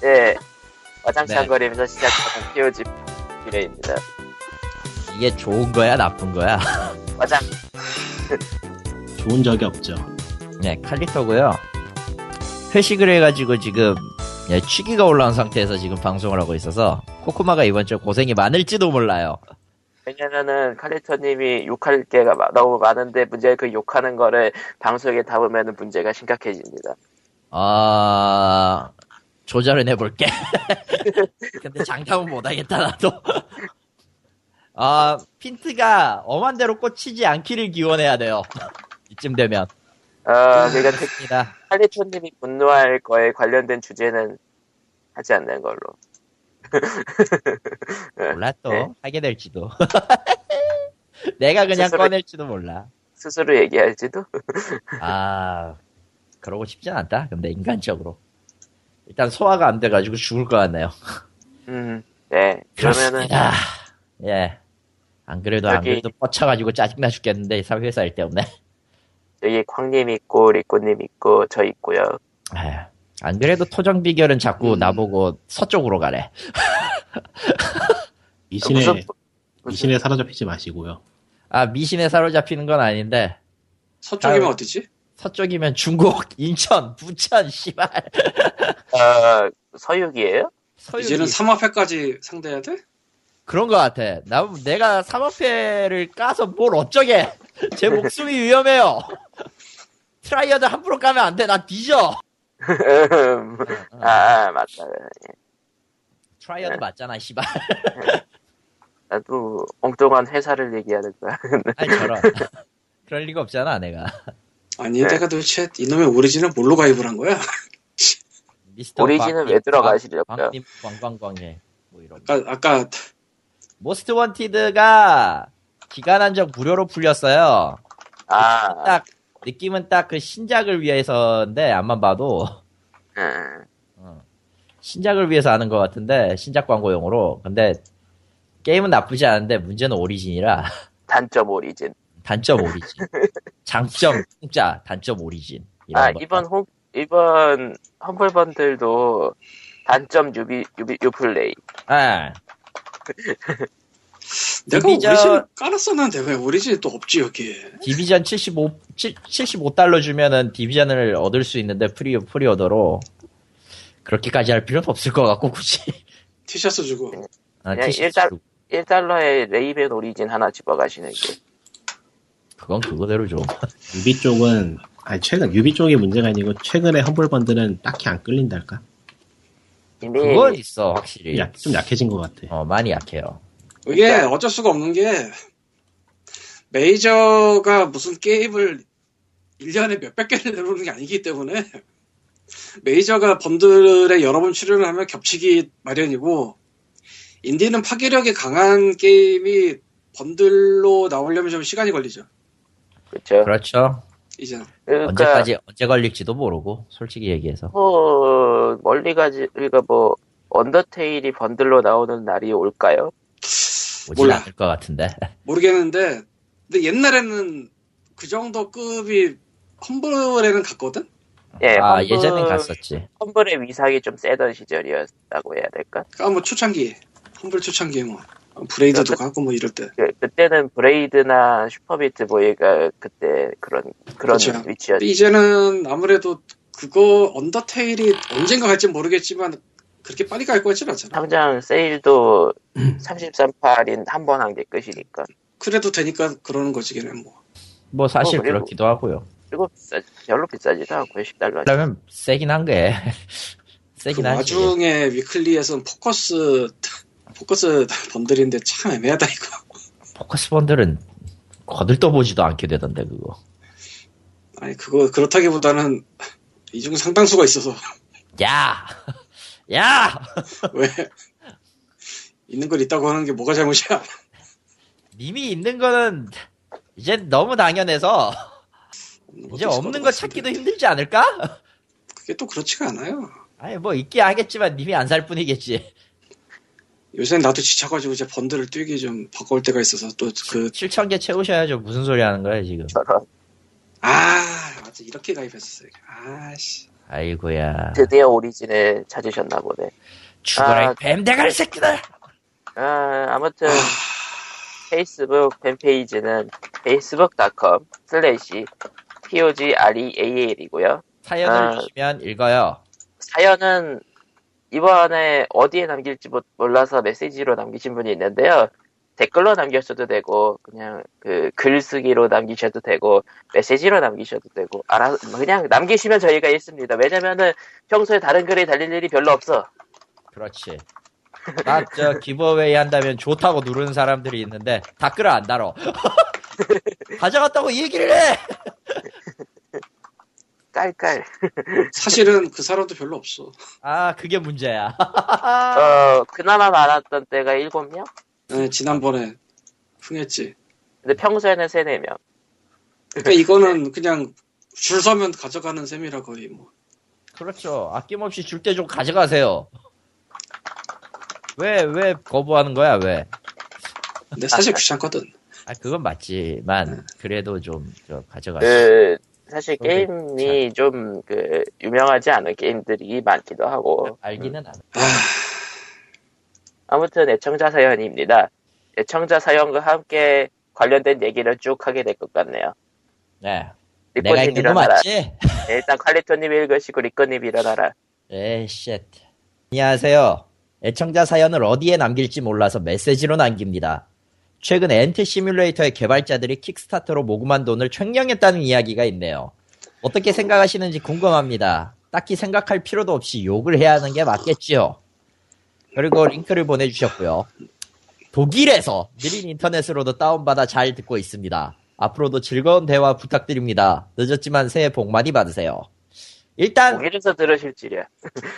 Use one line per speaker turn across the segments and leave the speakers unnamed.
네.
예. 와장창거리면서 시작하는 POG 비례입니다.
이게 좋은 거야, 나쁜 거야?
와장,
좋은 적이 없죠.
네, 칼리터고요. 회식을 해가지고 지금 예, 취기가 올라온 상태에서 지금 방송을 하고 있어서 코코마가 이번 주에 고생이 많을지도 몰라요.
왜냐면은 칼리터님이 욕할 게가 마- 너무 많은데 문제 그 욕하는 거를 방송에 담으면 문제가 심각해집니다.
아 조절은 해볼게. 근데 장담은 못하겠다 나도. 아 핀트가 엄한 대로 꽂히지 않기를 기원해야 돼요. 이쯤 되면.
어, 그러니까 특-
입니다.
칼리터님이 분노할 거에 관련된 주제는 하지 않는 걸로.
몰라 또
네.
하게 될지도. 내가 그냥
스스로-
꺼낼지도 몰라.
스스로 얘기할지도?
아, 그러고 싶진 않다. 근데 인간적으로. 일단 소화가 안 돼가지고 죽을 것 같네요.
음, 네. 그러면은,
그렇습니다. 예. 안 그래도 안
저기-
그래도 뻗쳐가지고 짜증나 죽겠는데 사- 회사 일 때문에.
여기 광님 있고, 리꼬님 있고, 저 있고요.
아휴, 안 그래도 토정 비결은 자꾸
음.
나보고 서쪽으로 가래.
아,
미신에
무슨, 무슨,
미신에 사로잡히지 마시고요.
아, 미신에 사로잡히는 건 아닌데
서쪽이면
아유.
어디지?
서쪽이면 중국, 인천, 부천, 씨발.
어, 서육이에요?
서유기.
이제는 삼합회까지 상대해야 돼?
그런 것 같아. 나, 내가 사법회를 까서 뭘 어쩌게. 제 목숨이 위험해요. 트라이어드 함부로 까면 안 돼. 나 뒤져. 음.
아, 아, 맞다.
트라이어드 맞잖아, 씨발.
나도 엉뚱한 회사를 얘기하는 거야.
아니, 저런. 그럴 리가 없잖아, 내가.
아니
네.
내가 도대체 이놈의 오리진을 뭘로 가입을 한 거야?
미스터
오리진은 왜 들어가시려고요?
광님, 광광광예. 뭐 이런. 거.
아까 아까
모스트 원티드가 기간 한정 무료로 풀렸어요.
아,
딱, 느낌은 딱 그 신작을 위해서인데, 안만 봐도.
음,
신작을 위해서 하는 것 같은데 신작 광고용으로 근데 게임은 나쁘지 않은데 문제는 오리진이라
단점 오리진.
단점 오리진 장점 진짜 단점 오리진 이런
아,
거.
이번 홍, 이번 험블 번들도 단점 유비, 유비, 유플레이.
아,
내가
디비전-
오리진 깔았었는데 왜 오리진이 또 없지 여기에?
디비전 75 7 75달러 주면은 디비전을 얻을 수 있는데 프리 프리오더로 그렇게까지 할 필요는 없을 것 같고 굳이
티셔츠 주고
아,
그냥
티셔츠
일단-
주고.
1달러에 레이벤 오리진 하나 집어가시는 게.
그건 그거대로 좀
유비 쪽은 아니 최근 유비 쪽이 문제가 아니고 최근에 험블 번들은 딱히 안 끌린달까?
이미,
그건 있어 확실히
약, 좀 약해진 것 같아.
어 많이 약해요
이게
그러니까-
어쩔 수가 없는 게 메이저가 무슨 게임을 1년에 몇백 개를 내놓는 게 아니기 때문에 메이저가 번들에 여러 번 출연을 하면 겹치기 마련이고 인디는 파괴력이 강한 게임이 번들로 나오려면 좀 시간이 걸리죠.
그쵸.
그렇죠
이제는.
그러니까,
언제까지 언제 걸릴지도 모르고 솔직히 얘기해서
뭐, 멀리 가지, 그러니까 뭐, 언더테일이 번들로 나오는 날이 올까요?
오지
몰라.
않을 것 같은데
모르겠는데 근데 옛날에는 그 정도 급이 험블에는 갔거든?
예,
아
험블-
예전엔 갔었지
험블의 위상이 좀 세던 시절이었다고 해야 될까?
그러니까 뭐 초창기 험블 초창기에 뭐 브레이드도
그러니까
가고 뭐 이럴
네.
때
그, 그때는 브레이드나 슈퍼비트보이가 뭐 그때 그런, 그런
그쵸.
위치였죠.
근데 이제는 아무래도 그거 언더테일이 언젠가 갈지 모르겠지만 그렇게 빨리 갈 거진 않잖아.
당장 세일도 33팔인 한 번 한 게 끝이니까.
그래도 되니까 그러는 거지 걔는 뭐.
뭐 사실
어, 그리고-
그렇기도 하고요.
그리고 비싸, 별로 비싸지도 않고 10달러.
그러면 세긴 한 게.
그
세긴 하지.
와중에 위클리에서는 포커스 포커스 번들인데 참 애매하다 이거.
포커스 번들은 거들떠보지도 않게 되던데 그거.
아니 그거 그렇다기보다는 이 중 상당수가 있어서
야, 야,
왜 있는 걸 있다고 하는 게 뭐가 잘못이야?
님이 있는 거는 이제 너무 당연해서 이제 없는 거 찾기도 힘들지 않을까?
그게 또 그렇지가 않아요.
아니 뭐 있긴 하겠지만 님이 안 살 뿐이겠지.
요새 나도 지쳐가지고 이제 번들을 뛰기 좀 바꿔올 때가 있어서 또그
7천 개 채우셔야죠. 무슨 소리 하는 거야 지금?
아, 맞아. 이렇게 가입했었어요. 아씨.
아이고야.
드디어 오리진을 찾으셨나 보네.
죽어라
아.
이 뱀대가리 새끼들.
아, 아무튼 페이스북 팬페이지는 facebook.com 슬래시 e pogreal이고요.
사연을
아.
주시면 읽어요.
사연은 이번에 어디에 남길지 못- 몰라서 메시지로 남기신 분이 있는데요. 댓글로 남기셔도 되고 그냥 그 글쓰기로 남기셔도 되고 메시지로 남기셔도 되고 알아 그냥 남기시면 저희가 읽습니다. 왜냐면은 평소에 다른 글에 달릴 일이 별로 없어.
그렇지. 나 저 기브어웨이 한다면 좋다고 누르는 사람들이 있는데 댓글을 안 달어. 가져갔다고 얘기를 해.
깔깔.
사실은 그 사람도 별로 없어.
아 그게 문제야.
어 그나마 많았던 때가 일곱 명.
네, 지난번에 흥했지.
근데 평소에는 세네 명.
그러니까 이거는 그냥 줄 서면 가져가는 셈이라 거의 뭐.
그렇죠. 아낌없이 줄 때 좀 가져가세요. 왜, 왜 거부하는 거야, 왜?
근데 사실 귀찮거든.
아, 그건 맞지만, 그래도 좀, 저, 가져가세요.
그 사실
오케이.
게임이 좀 그 유명하지 않은 게임들이 많기도 하고
알기는
네.
안.
아무튼 애청자 사연입니다. 애청자 사연과 함께 관련된 얘기를 쭉 하게 될 것 같네요.
네. 내가
리코님
읽는 거
일어나라.
맞지?
네, 일단 칼리토님 읽으시고 리코님 일어나라.
에이, 쉣. 안녕하세요. 애청자 사연을 어디에 남길지 몰라서 메시지로 남깁니다. 최근 엔트 시뮬레이터의 개발자들이 킥스타터로 모금한 돈을 횡령했다는 이야기가 있네요. 어떻게 생각하시는지 궁금합니다. 딱히 생각할 필요도 없이 욕을 해야 하는 게 맞겠지요. 그리고 링크를 보내주셨고요. 독일에서 느린 인터넷으로도 다운받아 잘 듣고 있습니다. 앞으로도 즐거운 대화 부탁드립니다. 늦었지만 새해 복 많이 받으세요. 일단
독일에서 들으실 뭐 줄이야.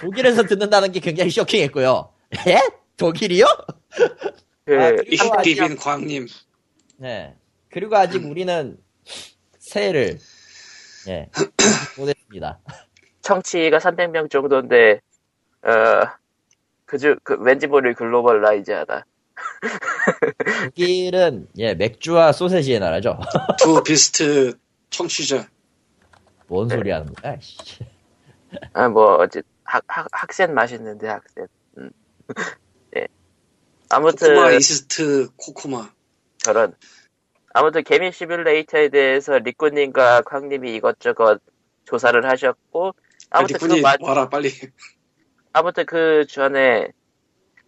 독일에서 듣는다는 게 굉장히 쇼킹했고요. 예? 독일이요?
그,
그- 이거 아니야.
익비빈 광님.
네. 그리고 아직 우리는 새해를 예 못했습니다.
청취가 300명 정도인데 어 그중 그 왠지 모를 글로벌라이즈하다.
독일은 예 맥주와 소세지의 나라죠.
두 비스트 청취자.
뭔 소리 하는 거야? 씨.
아뭐 어째 학, 학 학센 맛있는데 학센. 음. 예. 아무튼
코코마 이스트 코코마.
저런. 아무튼 개미 시뮬레이터에 대해서 리코님과 광님이 이것저것 조사를 하셨고
아,
아무튼 그
리꾼이
마,
와라 빨리.
아무튼 그 전에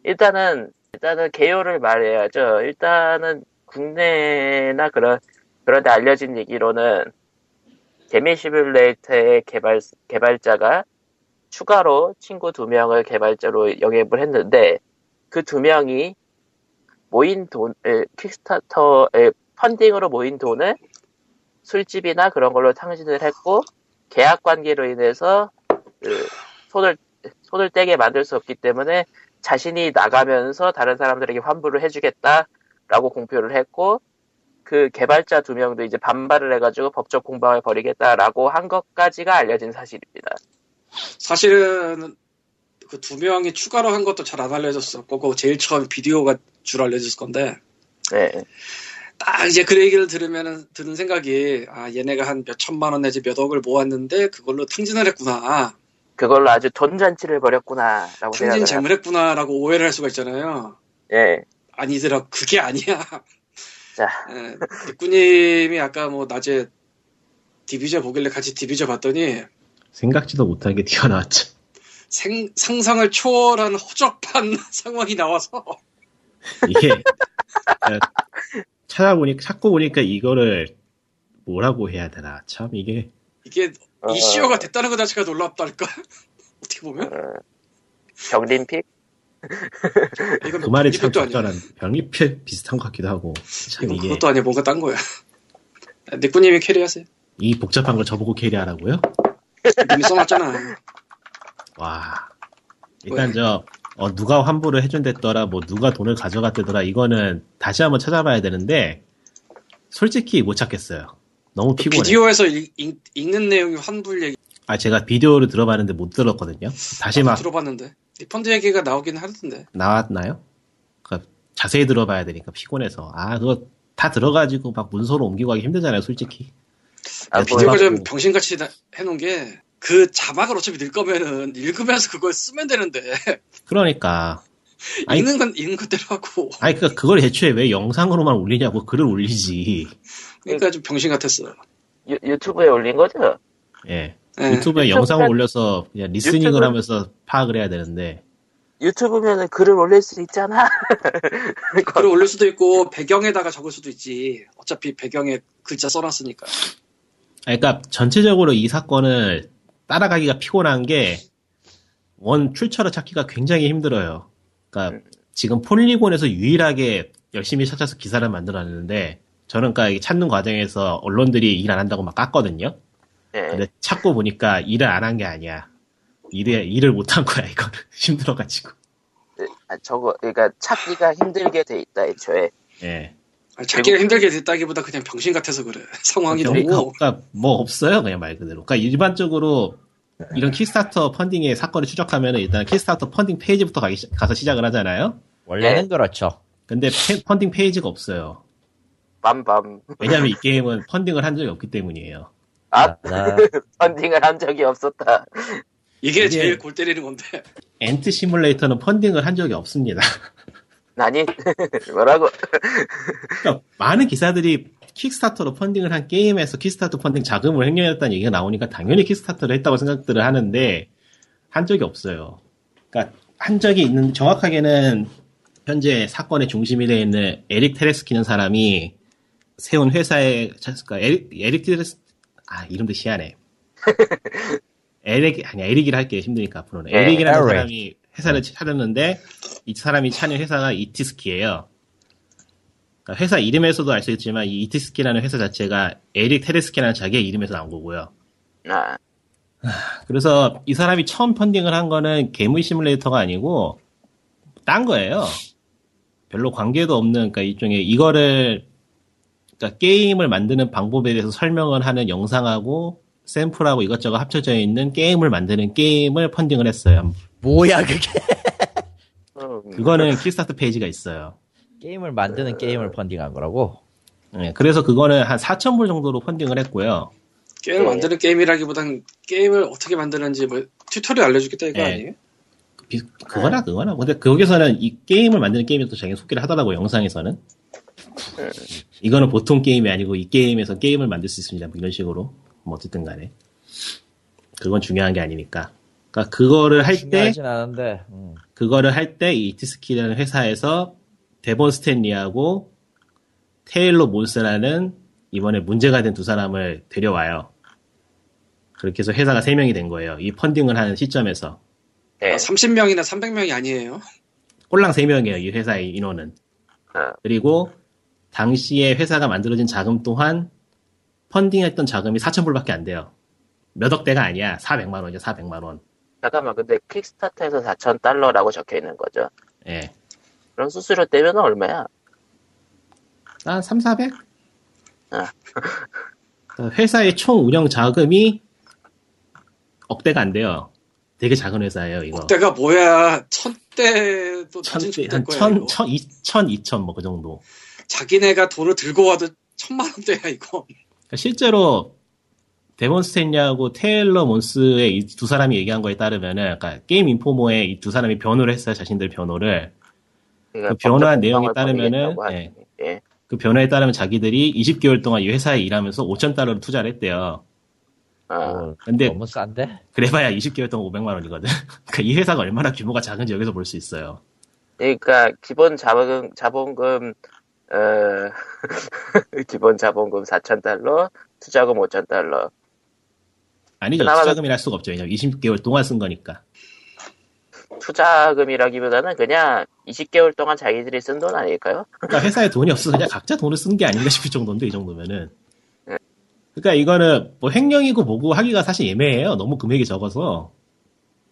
일단은 일단은 개요를 말해야죠. 일단은 국내나 그런 그런데 알려진 얘기로는 개미 시뮬레이터의 개발 개발자가 추가로 친구 두 명을 개발자로 영입을 했는데 그 두 명이 모인 돈, 에, 킥스타터, 에, 펀딩으로 모인 돈을 술집이나 그런 걸로 탕진을 했고 계약 관계로 인해서 그 손을 손을 떼게 만들 수 없기 때문에 자신이 나가면서 다른 사람들에게 환불을 해주겠다라고 공표를 했고 그 개발자 두 명도 이제 반발을 해가지고 법적 공방을 벌이겠다라고 한 것까지가 알려진 사실입니다.
사실은 그 두 명이 추가로 한 것도 잘 안 알려졌었고 그 제일 처음 비디오가 주로 알려졌을 건데
네.
딱 이제 그 얘기를 들으면 드는 생각이 아 얘네가 한 몇 천만 원 내지 몇 억을 모았는데 그걸로 탕진을 했구나
그걸로 아주 돈잔치를 벌였구나라고
탕진
생각을 합니다.
재물 했구나라고 오해를 할 수가 있잖아요
예.
아니더라 그게 아니야
자.
예, 리꾸님이 아까 뭐 낮에 디비저 보길래 같이 디비저 봤더니
생각지도 못하게 튀어나왔죠.
생, 상상을 초월한 허접한 상황이 나와서
이게 어, 찾아보니 찾고 보니까 이거를 뭐라고 해야 되나 참 이게
이게
어,
이슈가 됐다는 것 자체가 놀랍달까? 어떻게 보면
경림픽?
이건
그 말이 참
이것도 아니야.
적절한 병립표 비슷한 것 같기도 하고 참
이건
이게
그것도 아니야. 뭔가 딴 거야. 니꾸님이 캐리하세요.
이 복잡한 걸 저보고 캐리하라고요?
이미 써놨잖아.
와 일단 저 어, 누가 환불을 해준댔더라 뭐 누가 돈을 가져갔대더라 이거는 다시 한번 찾아봐야 되는데 솔직히 못 찾겠어요 너무 피곤해
그 비디오에서 읽, 는 내용이 환불 얘기
아 제가 비디오를 들어봤는데 못 들었거든요 다시 막
들어봤는데 리펀드 얘기가 나오긴 하던데
나왔나요? 그러니까 자세히 들어봐야 되니까 피곤해서 아 그거 다 들어가지고 막 문서로 옮기고 하기 힘들잖아요 솔직히
아,
네,
뭐,
비디오-
비디오가 좀
맞고.
병신같이 다- 해놓은 게 그 자막을 어차피 읽 거면은 읽으면서 그걸 쓰면 되는데
그러니까. 아니-
읽는 건 읽는 그대로 하고
아니, 그, 그걸 애초에 왜 영상으로만 올리냐고 글을 올리지.
그러니까 좀 병신 같았어요.
유, 유튜브에 올린 거죠?
예.
예.
유튜브에 영상을 올려서 그냥 리스닝을
그러니까 유튜브는-
하면서 파악을 해야 되는데.
유튜브면은 글을 올릴 수 있잖아.
글을 올릴 수도 있고 배경에다가 적을 수도 있지. 어차피 배경에 글자 써놨으니까.
아니, 그러니까 전체적으로 이 사건을 따라가기가 피곤한 게 원 출처를 찾기가 굉장히 힘들어요. 그러니까
음.
지금 폴리곤에서 유일하게 열심히 찾아서 기사를 만들어놨는데 저는 그러니까 이 찾는 과정에서 언론들이 일 안 한다고 막 깠거든요.
예.
네.
근데 찾고 보니까 일을 안 한 게 아니야. 일에 일을 못 한 거야 이거는 힘들어가지고.
아, 저거 그러니까 찾기가 힘들게 돼 있다 애초에.
예.
아니, 찾기가 힘들게 됐다기보다 그냥 병신 같아서 그래. 상황이
그러니까,
너무
그러니까 뭐 없어요 그냥 말 그대로. 그러니까 일반적으로 이런 킥스타터 펀딩의 사건을 추적하면 일단 킥스타터 펀딩 페이지부터 가기 시- 가서 시작을 하잖아요.
원래는
네.
그렇죠.
근데 페- 펀딩 페이지가 없어요.
빰빰.
왜냐하면 이 게임은 펀딩을 한 적이 없기 때문이에요.
아,
나-
펀딩을 한 적이 없었다.
이게
이게-
제일 골 때리는 건데.
엔트 시뮬레이터는 펀딩을 한 적이 없습니다.
아니 뭐라고?
그러니까 많은 기사들이 킥스타터로 펀딩을 한 게임에서 킥스타터 펀딩 자금을 횡령했다는 얘기가 나오니까 당연히 킥스타터를 했다고 생각들을 하는데 한 적이 없어요. 그러니까 한 적이 있는 정확하게는 현재 사건의 중심이 되어 있는 에릭 테레스키는 사람이 세운 회사의 그러니까 에릭, 에릭 테레스 아 이름도 시하네. 에릭 아니 에릭이라 할게 힘드니까 앞으로는
예,
에릭이라는
에릭.
사람이 회사를 차렸는데 이 사람이 차린 회사가 이티스키예요. 그러니까 회사 이름에서도 알 수 있지만 이 이티스키라는 회사 자체가 에릭 테레스키라는 자기의 이름에서 나온 거고요.
아,
그래서 이 사람이 처음 펀딩을 한 거는 괴물 시뮬레이터가 아니고 딴 거예요. 별로 관계도 없는 그러니까 일종의 이거를 그러니까 게임을 만드는 방법에 대해서 설명을 하는 영상하고 샘플하고 이것저것 합쳐져 있는 게임을 만드는 게임을 펀딩을 했어요.
뭐야 그게?
음,
그거는 킥스타트 페이지가 있어요.
게임을 만드는 게임을 펀딩한 거라고?
예, 그래서 그거는 한 4,000불 정도로 펀딩을 했고요.
게임을
어.
네.
만드는 게임이라기보단 게임을 어떻게 만드는지 뭐 튜토리얼 알려주겠다 이거
네.
아니에요?
비- 그거나 그거나 근데 거기서는 이 게임을 만드는 게임에서 또 자기 소개를 하더라고 영상에서는
네.
이거는 보통 게임이 아니고 이 게임에서 게임을 만들 수 있습니다 뭐 이런 식으로 뭐 어쨌든 간에 그건 중요한 게 아니니까 그러니까 그거를
네.
할 때
중요하진 않은데 음.
그거를 할 때 이 이티스키라는 회사에서 데본 스탠리하고 테일러 몬스라는 이번에 문제가 된 두 사람을 데려와요 그렇게 해서 회사가 세명이된 거예요 이 펀딩을 하는 시점에서 예.
네.
아, 30명이나 300명이 아니에요.
꼴랑 3명이에요, 이 회사의 인원은.
아.
그리고, 당시에 회사가 만들어진 자금 또한, 펀딩했던 자금이 4,000불밖에 안 돼요. 몇 억대가 아니야. 400만원이야, 400만원.
잠깐만 근데 킥스타트에서 4천 달러라고 적혀 있는 거죠.
예.
그럼 수수료 떼면 얼마야?
한 3, 400?
아.
그러니까 회사의 총 운영 자금이 억대가 안 돼요. 되게 작은 회사예요, 이거.
그때가 뭐야? 천 대도
어. 천,
낮은
대,
될
한
거야
천,
이거.
천, 이천, 이천, 뭐, 그 정도.
자기네가 돈을 들고 와도 천만 원대야 이거.
그러니까 실제로 데몬 스탠리하고 테일러 몬스의 이 두 사람이 얘기한 거에 따르면은 그러니까 게임 인포모에 이 두 사람이 변호를 했어요 자신들 변호를
그러니까
그
법적
변화한 내용에
소송을
따르면은,
벌이겠다고 하니. 예.
그 변호에 따르면 자기들이 20개월 동안 이 회사에 일하면서 5천 달러를 투자를 했대요
어,
어,
근데-
너무 싼데?
그래봐야 20개월 동안 500만 원이거든 그러니까 이 회사가 얼마나 규모가 작은지 여기서 볼 수 있어요
그러니까 기본 자본 자본금 어, 기본 자본금 4천 달러, 투자금 5천 달러.
아니죠
그나마-
투자금이라 할 수가 없죠 왜냐면 20개월 동안 쓴 거니까
투자금이라기보다는 그냥 20개월 동안 자기들이 쓴 돈 아닐까요?
그러니까 회사에 돈이 없어서 그냥 각자 돈을 쓴 게 아닌가 싶을 정도인데 이 정도면은 그러니까 이거는 뭐 횡령이고 뭐고 하기가 사실 애매해요 너무 금액이 적어서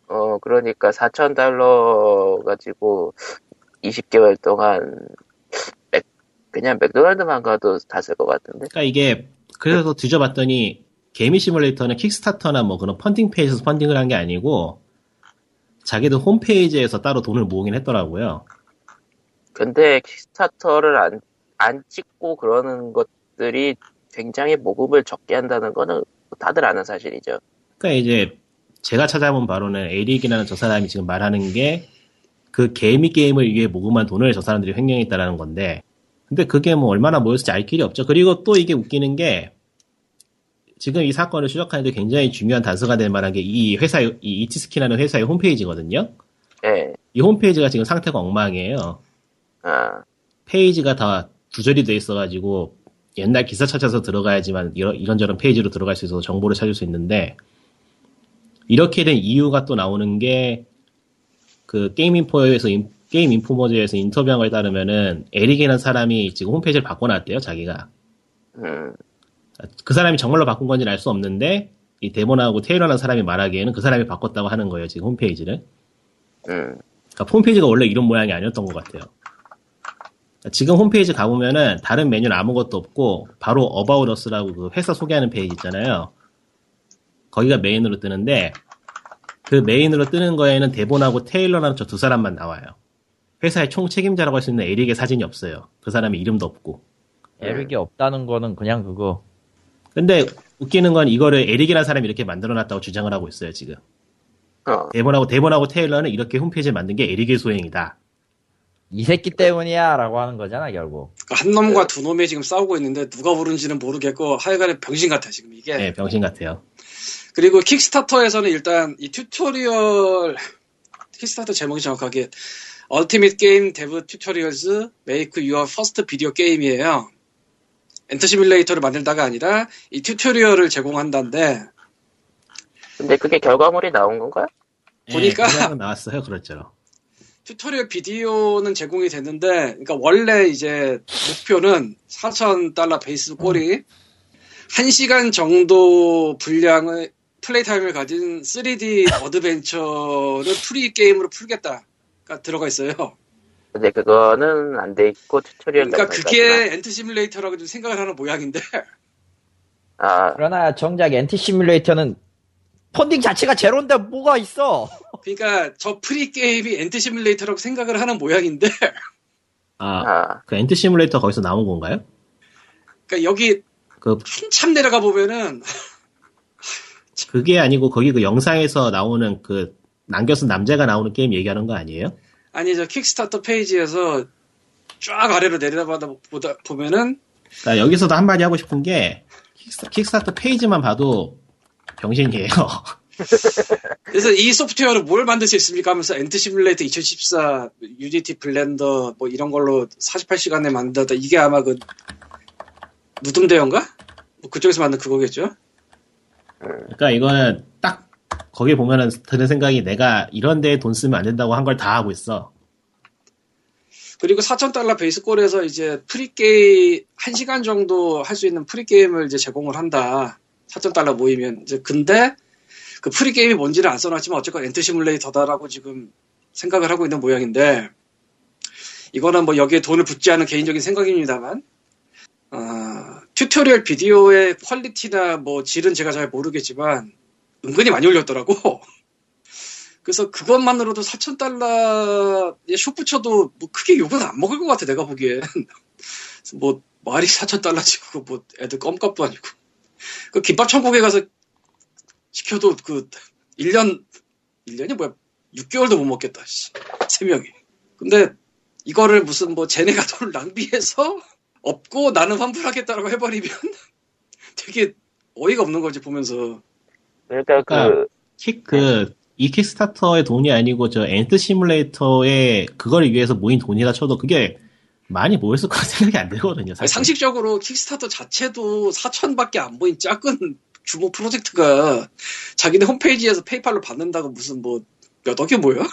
어, 그러니까 4천 달러 가지고 20개월 동안 맥- 그냥 맥도날드만 가도 다 쓸 것 같은데.
그러니까 이게 그래서 뒤져봤더니 개미 시뮬레이터는 킥스타터나 뭐 그런 펀딩 페이지에서 펀딩을 한 게 아니고 자기들 홈페이지에서 따로 돈을 모으긴 했더라고요.
근데 킥스타터를 안, 안 찍고 그러는 것들이 굉장히 모금을 적게 한다는 거는 다들 아는 사실이죠.
그러니까 이제 제가 찾아본 바로는 에릭이라는 저 사람이 지금 말하는 게 그 개미 게임을 위해 모금한 돈을 저 사람들이 횡령했다라는 건데 근데 그게 뭐 얼마나 모였을지 알 길이 없죠. 그리고 또 이게 웃기는 게 지금 이 사건을 추적하는데 굉장히 중요한 단서가 될 만한 게 이 회사 이 이티스키라는 회사의 홈페이지거든요.
예.
이 홈페이지가 지금 상태가 엉망이에요.
아,
페이지가 다 구절이 돼 있어가지고 옛날 기사 찾아서 들어가야지만 이런, 이런저런 페이지로 들어갈 수 있어서 정보를 찾을 수 있는데 이렇게 된 이유가 또 나오는 게 그 게임 인포에서 인- 게임 인포머즈에서 인터뷰한 거에 따르면은 에릭이라는 사람이 지금 홈페이지를 바꿔놨대요 자기가
음,
그 사람이 정말로 바꾼 건지는 알 수 없는데 이 데모나하고 테일러라는 사람이 말하기에는 그 사람이 바꿨다고 하는 거예요 지금 홈페이지를
음,
그러니까 홈페이지가 원래 이런 모양이 아니었던 것 같아요. 그러니까 지금 홈페이지 가보면은 다른 메뉴는 아무것도 없고 바로 About Us라고 그 회사 소개하는 페이지 있잖아요. 거기가 메인으로 뜨는데 그 메인으로 뜨는 거에는 데본하고 테일러라는 저 두 사람만 나와요. 회사의 총 책임자라고 할 수 있는 에릭의 사진이 없어요. 그 사람의 이름도 없고.
에릭이 없다는 거는 그냥 그거.
근데 웃기는 건 이거를 에릭이라는 사람이 이렇게 만들어놨다고 주장을 하고 있어요 지금.
어,
데본하고 데본하고 테일러는 이렇게 홈페이지를 만든 게 에릭의 소행이다.
이 새끼 때문이야 라고 하는 거잖아 결국.
그러니까 한
예.
놈과 두 놈이 지금 싸우고 있는데 누가 옳은지는 모르겠고 하여간에 병신 같아 지금 이게.
네, 병신 같아요.
그리고 킥스타터에서는 일단 이 튜토리얼 킥스타터 제목이 정확하게 Ultimate Game Dev Tutorials Make Your First Video Game이에요. 엔터 시뮬레이터를 만들다가 아니라 이 튜토리얼을 제공한다는데
근데 그게 결과물이 나온 건가?
보니까-
예, 그냥 나왔어요 그렇죠
튜토리얼 비디오는 제공이 됐는데 그러니까 원래 이제 목표는 4,000달러 베이스 꼴이 1시간 정도 분량의 플레이 타임을 가진 3D 어드벤처를 프리 게임으로 풀겠다가 들어가 있어요.
근데 그거는 안 돼 있고 튜토리얼
그러니까
나오는 거구나.
그게 엔트 시뮬레이터라고 좀 생각을 하는 모양인데
아,
그러나 정작 엔티 시뮬레이터는 펀딩 자체가 제로인데 뭐가 있어?
그러니까 저 프리 게임이 엔트 시뮬레이터라고 생각을 하는 모양인데
아
아,
그 엔트 시뮬레이터 거기서 나온 건가요?
그러니까 여기
그
한참 내려가 보면은
그게 아니고 거기 그 영상에서 나오는 그 남겨서 남자가 나오는 게임 얘기하는 거 아니에요?
아니 저 킥스타터 페이지에서 쫙 아래로 내려다보다 보다 보면은
나 그러니까 여기서도 한마디 하고 싶은 게 킥스- 킥스타터 페이지만 봐도 병신이에요.
그래서 이 소프트웨어를 뭘 만들 수 있습니까 하면서 엔트 시뮬레이터 2014 유니티 블렌더 뭐 이런 걸로 48시간에 만들다 이게 아마 그 무덤 대여인가? 뭐 그쪽에서 만든 그거겠죠?
그러니까 이거는 딱 거기 보면은 드는 생각이 내가 이런 데에 돈 쓰면 안 된다고 한 걸 다 하고 있어.
그리고 4,000달러 베이스골에서 이제 프리게임, 1시간 정도 할 수 있는 프리게임을 이제 제공을 한다. 4,000달러 모이면. 이제 근데 그 프리게임이 뭔지는 안 써놨지만 어쨌건 엔트 시뮬레이터다라고 지금 생각을 하고 있는 모양인데, 이거는 뭐 여기에 돈을 붓지 않은 개인적인 생각입니다만, 아, 튜토리얼 비디오의 퀄리티나 뭐 질은 제가 잘 모르겠지만, 은근히 많이 올렸더라고. 그래서 그것만으로도 4,000달러에 쇼 붙여도 뭐 크게 욕은 안 먹을 것 같아, 내가 보기엔. 그래서 뭐, 말이 4,000달러치고, 뭐, 애들 껌값도 아니고. 그 김밥천국에 가서 시켜도 그, 1년, 1년이 뭐야, 6개월도 못 먹겠다, 씨. 3명이. 근데, 이거를 무슨 뭐, 쟤네가 돈을 낭비해서, 없고 나는 환불하겠다라고 해버리면, 되게 어이가 없는 거지, 보면서.
그러니까 그,
킥
네.
그 이 킥스타터의 돈이 아니고 저 엔트 시뮬레이터의 그걸 위해서 모인 돈이라 쳐도 그게 많이 모였을 거라 생각이 안 되거든요.
아니,
사실.
상식적으로 킥스타터 자체도 4천밖에 안 보인 작은 규모 프로젝트가 자기네 홈페이지에서 페이팔로 받는다고 무슨 뭐몇 억이 뭐야?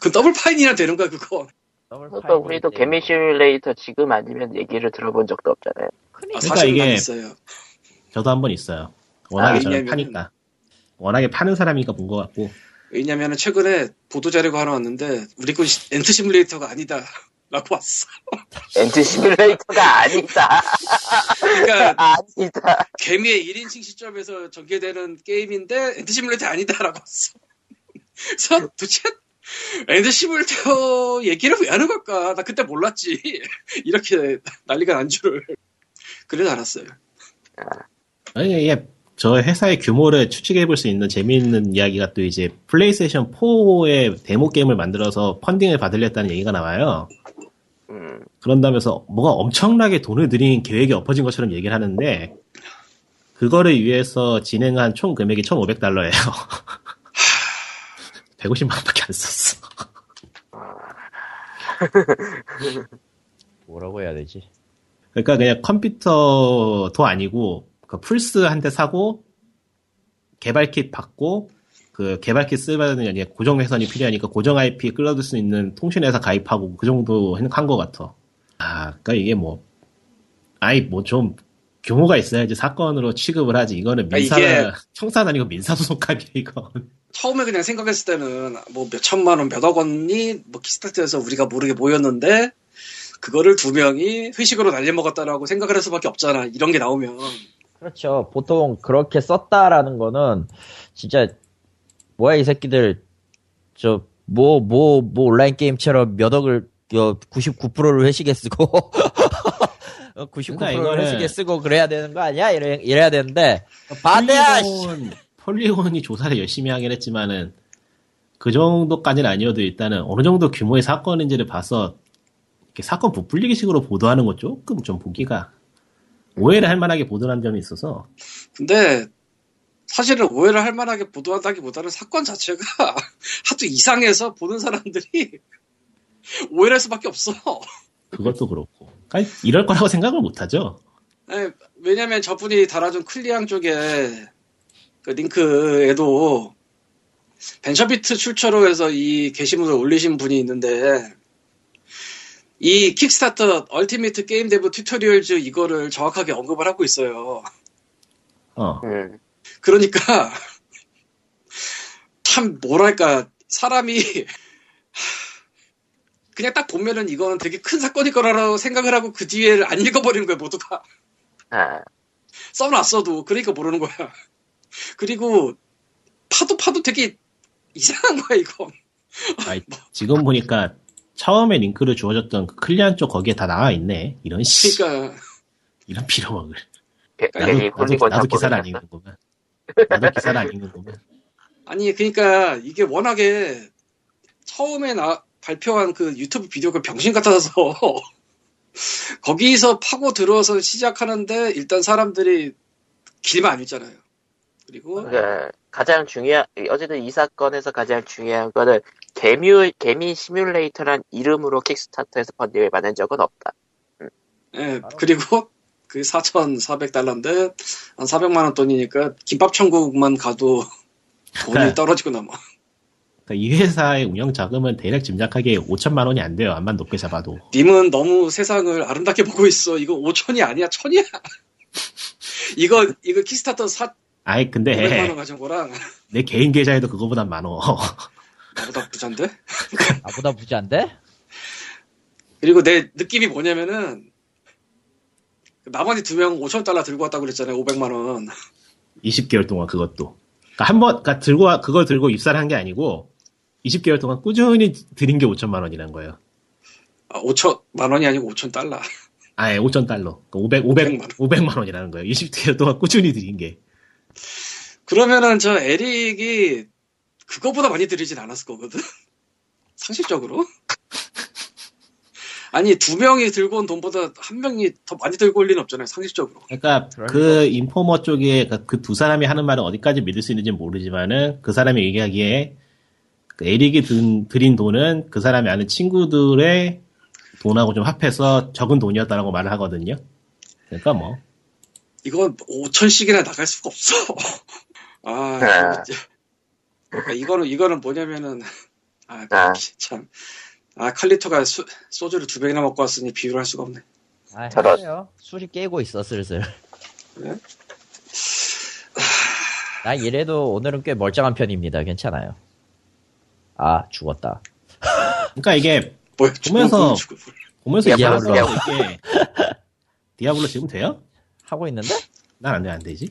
그 더블 파인이나 되는 거야 그거.
그러니까 우리도 개미 시뮬레이터 지금 아니면 얘기를 들어본 적도 없잖아요.
아,
그러니까
40만
이게-
있어요.
저도 한 번 있어요. 워낙에
아,
저는
왜냐면은-
파니까. 워낙에 파는 사람이니까 본 것 같고.
왜냐면은 최근에 보도 자료가 하나 왔는데 우리 건 시- 엔트 시뮬레이터가 아니다라고 왔어.
엔트 시뮬레이터가 아니다.
그러니까
아니다.
개미의 1인칭 시점에서 전개되는 게임인데 엔드 시뮬레이터 아니다라고 했어. 그래서 도대체 엔드 시뮬레이터 얘기를 왜 하는 걸까? 나 그때 몰랐지. 이렇게 난리가 난 줄을. 그래도 알았어요.
아니, 이게 저 회사의 규모를 추측해 볼 수 있는 재미있는 이야기가 또 이제 플레이스테이션 4의 데모 게임을 만들어서 펀딩을 받으려다는 얘기가 나와요.
음,
그런다면서 뭐가 엄청나게 돈을 들인 계획이 엎어진 것처럼 얘기를 하는데 그거를 위해서 진행한 총 금액이 1,500달러예요. 150만 원밖에 안 썼어.
뭐라고 해야 되지?
그러니까 그냥 컴퓨터도 아니고 그 플스 한 대 사고 개발킷 받고 그 개발킷 쓰면은 이제 고정 회선이 필요하니까 고정 IP 끌어들 수 있는 통신회사 가입하고 그 정도 한 것 같아. 아, 그러니까 이게 뭐, 아이 뭐 좀 규모가 있어야지 사건으로 취급을 하지. 이거는
아,
민사,
이게-
청산 아니고 민사소송감이야 이건.
처음에 그냥 생각했을 때는 뭐 몇천만 원, 몇억 원이 뭐 키스타트에서 우리가 모르게 모였는데 그거를 두 명이 회식으로 날려먹었다라고 생각을 할 수밖에 없잖아. 이런 게 나오면
그렇죠. 보통 그렇게 썼다라는 거는 진짜 뭐야 이 새끼들 저 뭐 뭐 뭐 온라인 게임처럼 몇 억을 99%를 회식에 쓰고 99%를
그러니까 이거는- 어,
회식에 쓰고 그래야 되는 거 아니야? 이래, 이래야 되는데 반대야. 씨.
폴리곤, 폴리곤이 조사를 열심히 하긴 했지만은 그 정도까지는 아니어도 일단은 어느 정도 규모의 사건인지를 봐서 이렇게 사건 부풀리기식으로 보도하는 거 조금 좀 보기가 오해를 할 만하게 보도한 점이 있어서
근데 사실은 오해를 할 만하게 보도한다기보다는 사건 자체가 하도 이상해서 보는 사람들이 오해할 를 수밖에 없어.
그것도 그렇고 아니, 이럴 거라고 생각을 못하죠.
네, 왜냐면 저분이 달아준 클리앙 쪽에 그 링크에도 벤처비트 출처로 해서 이 게시물을 올리신 분이 있는데 이 킥스타터 얼티미트 게임 데브 튜토리얼즈 이거를 정확하게 언급을 하고 있어요.
어.
음.
그러니까 참 뭐랄까 사람이 그냥 딱 보면은 이건 되게 큰 사건일 거라고 생각을 하고 그 뒤에를 안 읽어버리는 거예요 모두가.
아,
써놨어도 그러니까 모르는 거야. 그리고 파도 파도 되게 이상한 거야 이거.
아이, 지금 보니까 처음에 링크를 주어졌던 그 클리안 쪽 거기에 다 나와 있네. 이런 씨,
그러니까
이런 빌어먹을.
개-
나도,
개기
나도,
홀리곤
나도
잡고
기사를 안
그랬어.
읽는 거구만. 나도 기사를 안 읽는 거구만.
아니 그러니까 이게 워낙에 처음에 나 발표한 그 유튜브 비디오가 병신 같아서 거기서 파고 들어서 시작하는데 일단 사람들이 길만 안 읽잖아요. 그리고
그 가장 중요한 어쨌든 이 사건에서 가장 중요한 거는 개미 개미 시뮬레이터란 이름으로 킥스타터에서 펀딩을 받은 적은 없다.
예, 그리고 그 4,400달러인데 한 400만 원 돈이니까 김밥 천국만 가도 돈이
그러니까
떨어지고 넘어.
그러니까 이 회사의 운영 자금은 대략 짐작하기에 5천만 원이 안 돼요. 암만 높게 잡아도.
님은 너무 세상을 아름답게 보고 있어. 이거 5천이 아니야, 천이야. 이거 이거 키스타터 4
아이
5 0 0만
근데
원 가진 거랑
내 개인 계좌에도 그거보단 많어.
나보다 부잔데.
나보다 부자인데?
그리고 내 느낌이 뭐냐면은 나머지 두 명 5천 달러 들고 왔다고 그랬잖아요, 500만 원.
20개월 동안 그것도. 그러니까 한번 그러니까 들고 와- 그걸 들고 입사를 한 게 아니고 20개월 동안 꾸준히 들인 게 5천만 원이란 거예요.
아, 5천만 원이 아니고 5천 달러.
아예 5천 달러. 그러니까 500 500
500만
500만 원이라는 거예요. 20개월 동안 꾸준히 들인 게.
그러면은 저 에릭이 그거보다 많이 들이진 않았을 거거든. 상식적으로. 아니 두 명이 들고 온 돈보다 한 명이 더 많이 들고 올 리는 없잖아요, 상식적으로.
그러니까
그럴
그 인포머 쪽에 그 두 사람이 하는 말은 어디까지 믿을 수 있는지 는 모르지만은 그 사람이 얘기하기에 그 에릭이 든, 드린 돈은 그 사람이 아는 친구들의 돈하고 좀 합해서 적은 돈이었다라고 말을 하거든요. 그러니까 뭐
이건 5천씩이나 나갈 수가 없어. 아,
아.
진짜. 그러니까 이거는 이거는 뭐냐면은 아,
아.
참. 아, 칼리토가 수- 소주를 두 병이나 먹고 왔으니 비유를 할 수가 없네.
아,
저런.
해요. 술이 깨고 있어 슬슬.
그래?
난 이래도 오늘은 꽤 멀쩡한 편입니다. 괜찮아요. 아 죽었다.
그러니까 이게
뭐야?
보면서-
죽을 죽을 죽을.
보면서
야,
디아블로
야.
이게 디아블로 지금 돼요?
하고 있는데?
난 안 돼, 안 되지.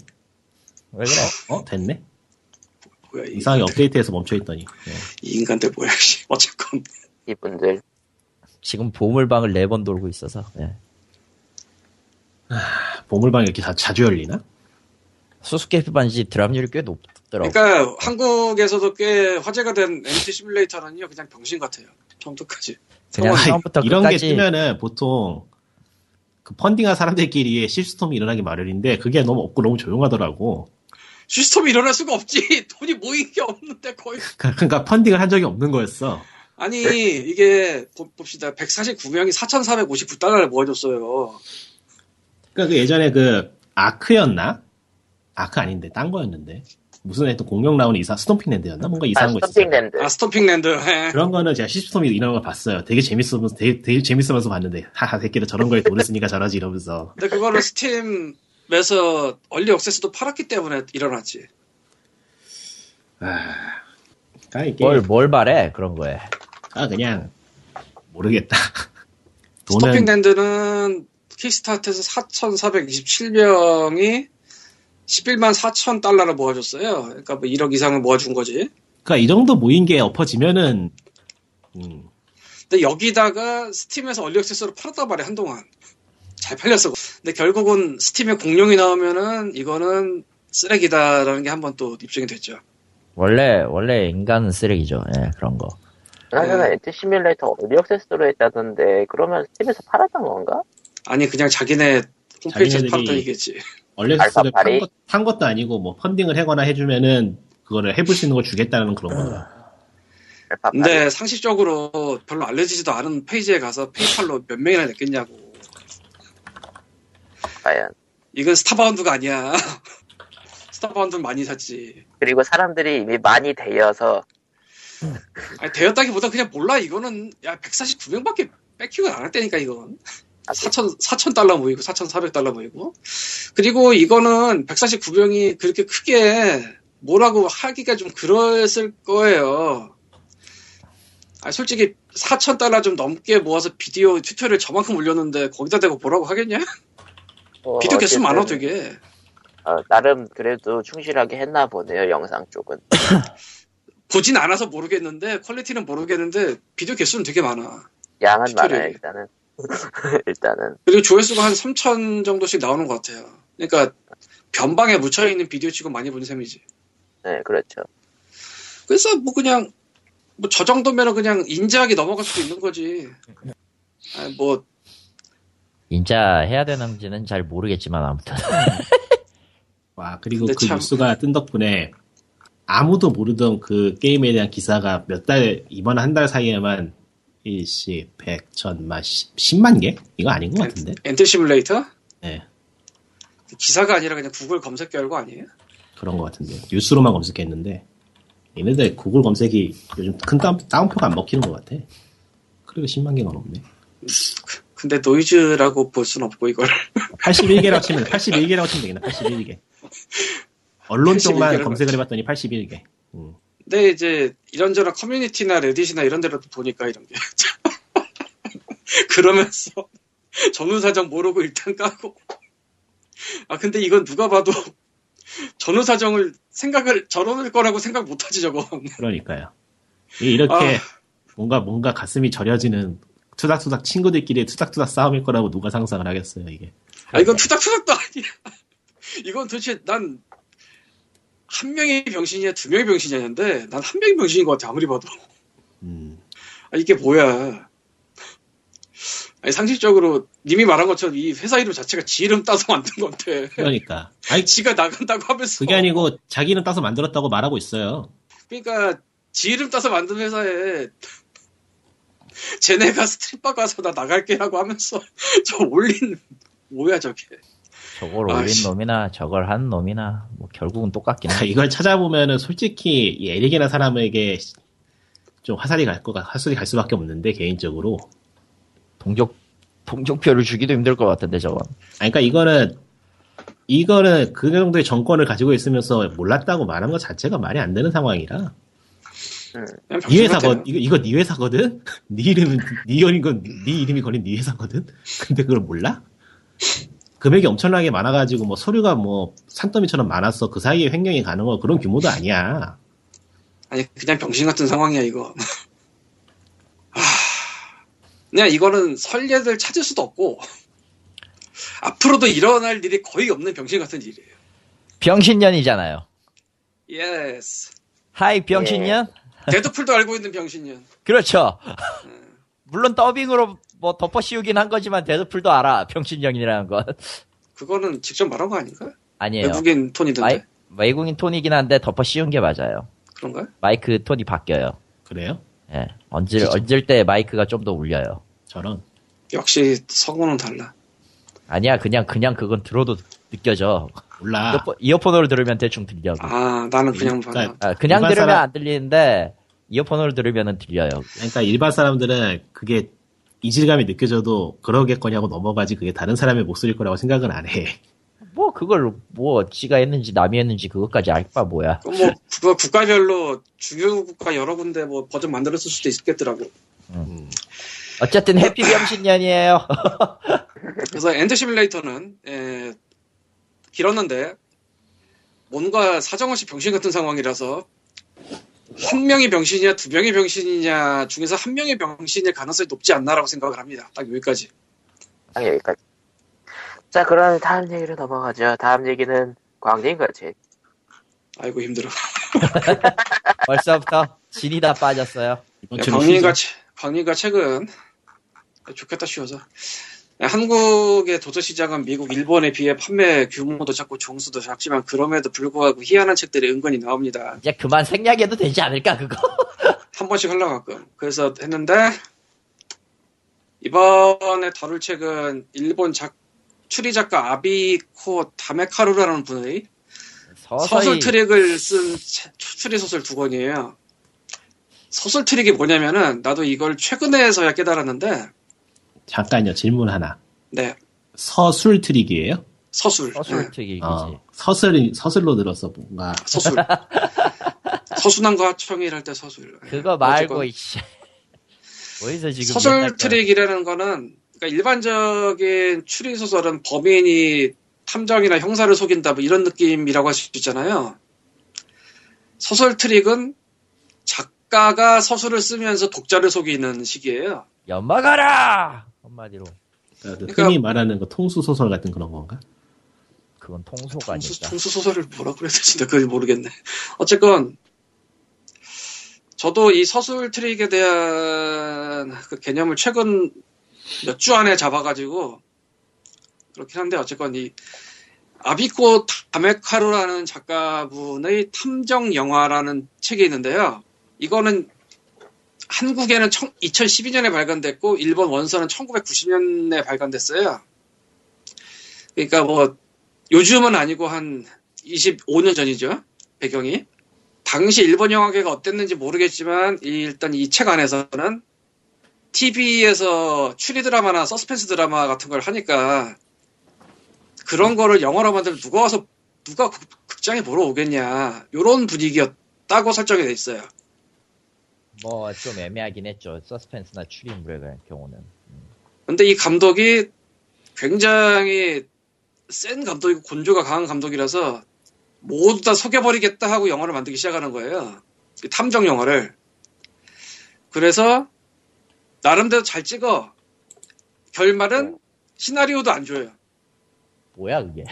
왜 그래?
어 됐네.
뭐야 이,
이상하게 업데이트해서 멈춰있더니. 예.
이 인간들 뭐야? 씨. 어쨌건
이분들
지금 보물방을 네 번 돌고 있어서. 예.
보물방 이렇게 자, 자주 열리나?
수수께끼 반지 드랍률이 꽤 높더라고.
그러니까 한국에서도 꽤 화제가 된 MT 시뮬레이터는요 그냥 병신 같아요 처음부터까지
그냥
아니,
네, 처음부터
이런 게
끝까지
뜨면은 보통 그 펀딩한 사람들끼리 실스톰이 일어나기 마련인데 그게 너무 없고 너무 조용하더라고.
시스템이 일어날 수가 없지 돈이 모인 게 없는데 거의
그러니까- 그러니까 펀딩을 한 적이 없는 거였어.
아니
네.
이게 보- 봅시다 149명이 4,459달러를 모아줬어요
그러니까 그 예전에 그 아크였나? 아크 아닌데 딴 거였는데 무슨 하여튼 공룡 나오는 이사 스톰핑랜드였나? 뭔가
아,
이상한 거 있었어.
스톰핑랜드.
아 스톰핑랜드 예.
그런 거는 제가 시스톰이 일어나는 걸 봤어요. 되게 재밌으면서 되게, 되게 재밌으면서 봤는데 하하 새끼들 저런 거에 돈을 쓰니까 잘하지 이러면서.
근데 그거를 스팀에서 얼리 억세스도 팔았기 때문에 일어났지
아 이게
뭘, 뭘 바래, 그런 거에.
아 그냥 모르겠다. 돈은
스톰핑랜드는 킥스타트에서 4,427명이 11만 4천 달러를 모아줬어요. 그러니까 뭐 1억 이상을 모아준 거지.
그러니까 이 정도 모인 게 엎어지면은 음,
근데 여기다가 스팀에서 얼리액세스로 팔았단 말이야 한동안. 잘 팔렸어. 근데 결국은 스팀에 공룡이 나오면은 이거는 쓰레기다라는 게 한 번 또 입증이 됐죠.
원래, 원래 인간은 쓰레기죠. 예, 그런 거.
네.
나는
음.
엔트 시뮬레이터 얼리 억세스로 했다던데 그러면 스팀에서 팔았던 건가?
아니 그냥 자기네 홈페이지에서
자기네들이-
팔았다 얘기겠지.
얼렉스를
알파파리?
판, 것, 판 것도 아니고 뭐 펀딩을 해거나 해주면은 그거를 해볼 수 있는 걸 주겠다는 그런
음.
거라.
아,
아,
근데 상식적으로 별로 알려지지도 않은 페이지에 가서 페이팔로 몇 명이나 냈겠냐고.
과연.
이건 스타바운드가 아니야. 스타바운드는 많이 샀지.
그리고 사람들이 이미 많이 되어서
아니, 되었다기보다 그냥 몰라. 이거는 야 149명밖에 뺏기고 안 했다니까 이건. 4천 4천 달러 모이고 4,400 달러 모이고. 그리고 이거는 149명이 그렇게 크게 뭐라고 하기가 좀 그랬을 거예요. 아니, 솔직히 4천 달러 좀 넘게 모아서 비디오 튜토리얼 저만큼 올렸는데 거기다 대고 뭐라고 하겠냐?
뭐
비디오 개수
어쨌든,
많아 되게.
어, 나름 그래도 충실하게 했나 보네요 영상 쪽은
보진 않아서 모르겠는데 퀄리티는 모르겠는데 비디오 개수는 되게 많아.
양은
튜토리얼이.
많아요 일단은 일단은
그리고 조회수가 한 3천 정도씩 나오는 것 같아요. 그러니까 변방에 묻혀 있는 비디오 치고 많이 본 셈이지.
네 그렇죠
그래서 뭐 그냥 뭐 저 정도면은 그냥 인자하게 넘어갈 수도 있는 거지. 아니 뭐
인자 해야 되는지는 잘 모르겠지만, 아무튼.
와 그리고
근데
그
참-
뉴스가 뜬 덕분에 아무도 모르던 그 게임에 대한 기사가 몇 달 이번 한 달 사이에만 일시 100, 1000만, 10만 개? 이거 아닌 것 같은데?
엔트 시뮬레이터
네
기사가 아니라 그냥 구글 검색 결과 아니에요?
그런 것 같은데 뉴스로만 검색했는데 얘네들 구글 검색이 요즘 큰 다운, 다운표가 안 먹히는 것 같아. 그리고 10만 개가 넘네.
근데 노이즈라고 볼 순 없고 이걸
81개라고 치면 81개라고 치면 되겠네. 81개. 언론 쪽만
81개라고
검색을 해봤더니 81개. 음.
근데 이제 이런저런 커뮤니티나 레딧이나 이런 데로 보니까 이런 게 그러면서 전후사정 모르고 일단 까고 아 근데 이건 누가 봐도 전후사정을 생각을 저럴 거라고 생각 못하지 저거
그러니까요. 이- 이렇게
아.
뭔가 뭔가 가슴이 저려지는 투닥투닥 친구들끼리 투닥투닥 싸움일 거라고 누가 상상을 하겠어요 이게.
아 이건 투닥투닥도 아니야 이건 도대체 난 한 명이 병신이야 두 명이 병신이냐는데 난 한 명이 병신인 것 같아 아무리 봐도
음.
아, 이게 뭐야. 아니, 상식적으로 님이 말한 것처럼 이 회사 이름 자체가 지 이름 따서 만든 건데
그러니까. 아니
지가 나간다고 하면서
그게 아니고 자기는 따서 만들었다고 말하고 있어요.
그러니까 지 이름 따서 만든 회사에 쟤네가 스트립바 가서 나 나갈게라고 하면서 저 올린 뭐야 저게
저걸
아,
올린
씨.
놈이나, 저걸 한 놈이나, 뭐, 결국은 똑같긴
아,
해.
이걸 찾아보면은 솔직히 이 에릭이나 사람에게 좀 화살이 갈 거가 화살이 갈 수밖에 없는데 개인적으로.
동족, 동족표를 주기도 힘들 것 같은데, 저건.
아니, 그러니까 이거는 이거는 그 정도의 정권을 가지고 있으면서 몰랐다고 말한 것 자체가 말이 안 되는 상황이라.
그냥
네
병신
회사거
같아요.
이거 이거 네 회사거든. 네 이름은 네 이름이 건네 이름이 걸린 네 회사거든. 근데 그걸 몰라? 금액이 엄청나게 많아가지고 뭐 서류가 뭐 산더미처럼 많았어. 그 사이에 횡령이 가능한 그런 규모도 아니야.
아니 그냥 병신 같은 상황이야 이거 아, 그냥 이거는 설례를 찾을 수도 없고 앞으로도 일어날 일이 거의 없는 병신 같은 일이에요
병신년이잖아요.
예스.
하이 병신년?
데드풀도 알고 있는 병신년.
그렇죠. 물론 더빙으로 뭐 덮어씌우긴 한 거지만 데드풀도 알아. 병신년이라는 건.
그거는 직접 말한 거 아닌가?
예. 아니에요.
외국인 톤이던데.
마이, 외국인 톤이긴 한데 덮어씌운 게 맞아요.
그런가? 요
마이크 톤이 바뀌어요.
그래요?
예. 얹을, 얹을 때 마이크가 좀 더 울려요.
저런.
역시 성우는 달라.
아니야, 그냥, 그냥 그건 들어도 느껴져.
몰라.
이어폰, 이어폰으로 들으면 대충 들려.
아, 나는 그냥
그러니까
봐.
아, 그냥
일반
들으면
사람-
안 들리는데, 이어폰으로 들으면 들려요.
그러니까 일반 사람들은 그게 이질감이 느껴져도 그러겠거냐고 넘어가지 그게 다른 사람의 목소리일 거라고 생각은 안 해.
뭐, 그걸, 뭐, 지가 했는지, 남이 했는지, 그것까지 알 바 뭐야.
그럼 뭐 그거 국가별로 주요 국가 여러 군데 뭐 버전 만들었을 수도 있겠더라고.
어쨌든, 해피 병신년이에요.
그래서 엔드 시뮬레이터는 에, 길었는데 뭔가 사정없이 병신 같은 상황이라서 한 명이 병신이냐 두 명이 병신이냐 중에서 한 명이 병신일 가능성이 높지 않나라고 생각을 합니다. 딱 여기까지.
딱 여기까지. 자, 그럼 다음 얘기로 넘어가죠. 다음 얘기는 광대인 거지.
아이고 힘들어.
벌써부터, 진이 다 빠졌어요.
이번
야,
주는 시즌-
광림과 채- 광림과 최근 야, 좋겠다 쉬워서 야, 한국의 도서 시장은 미국, 일본에 비해 판매 규모도 작고 종수도 작지만 그럼에도 불구하고 희한한 책들이 은근히 나옵니다.
이제 그만 생략해도 되지 않을까, 그거?
한 번씩 흘러가끔. 그래서 했는데 이번에 다룰 책은 일본 작 추리 작가 아비코 다메카루라는 분의 서술
서서히,
트릭을 쓴 채- 추- 추리 소설 두 권이에요. 서술 트릭이 뭐냐면은 나도 이걸 최근에서야 깨달았는데
잠깐요 질문 하나.
네
서술 트릭이에요?
서술
서술
네,
트릭이지.
어, 서술 서술로 들었어 뭔가.
서술 서순환과 청일 할 때 서술 네,
그거 말고,
어쨌건
이씨. 어디서 지금.
서술
맨날
트릭이라는 거는 그러니까 일반적인 추리 소설은 범인이 탐정이나 형사를 속인다 뭐 이런 느낌이라고 할 수 있잖아요. 서술 트릭은 작가가 서술을 쓰면서 독자를 속이는 식이에요.
연막아라! 한마디로.
그러니까 그
그러니까-
흔히 말하는 그 통수 소설 같은 그런 건가?
그건 통소가
통수,
뭐 아니다.
통수 소설을 뭐라 그래야 되지? 나 그걸 모르겠네. 어쨌건 저도 이 서술 트릭에 대한 그 개념을 최근 몇 주 안에 잡아가지고 그렇긴 한데 어쨌건 이 아비코 다메카루라는 작가분의 탐정 영화라는 책이 있는데요. 이거는 한국에는 2012년에 발간됐고 일본 원서는 1990년에 발간됐어요. 그러니까 뭐 요즘은 아니고 한 25년 전이죠. 배경이. 당시 일본 영화계가 어땠는지 모르겠지만 이- 일단 이 책 안에서는 TV에서 추리 드라마나 서스펜스 드라마 같은 걸 하니까 그런 거를 영화로 만들면 누가 와서 누가 극- 극장에 보러 오겠냐 이런 분위기였다고 설정이 돼 있어요.
뭐 좀 애매하긴 했죠. 서스펜스나 추리물의 그런 경우는.
근데 이 감독이 굉장히 센 감독이고 곤조가 강한 감독이라서 모두 다 속여버리겠다 하고 영화를 만들기 시작하는 거예요. 이 탐정 영화를. 그래서 나름대로 잘 찍어. 결말은 시나리오도 안 줘요.
뭐야 그게?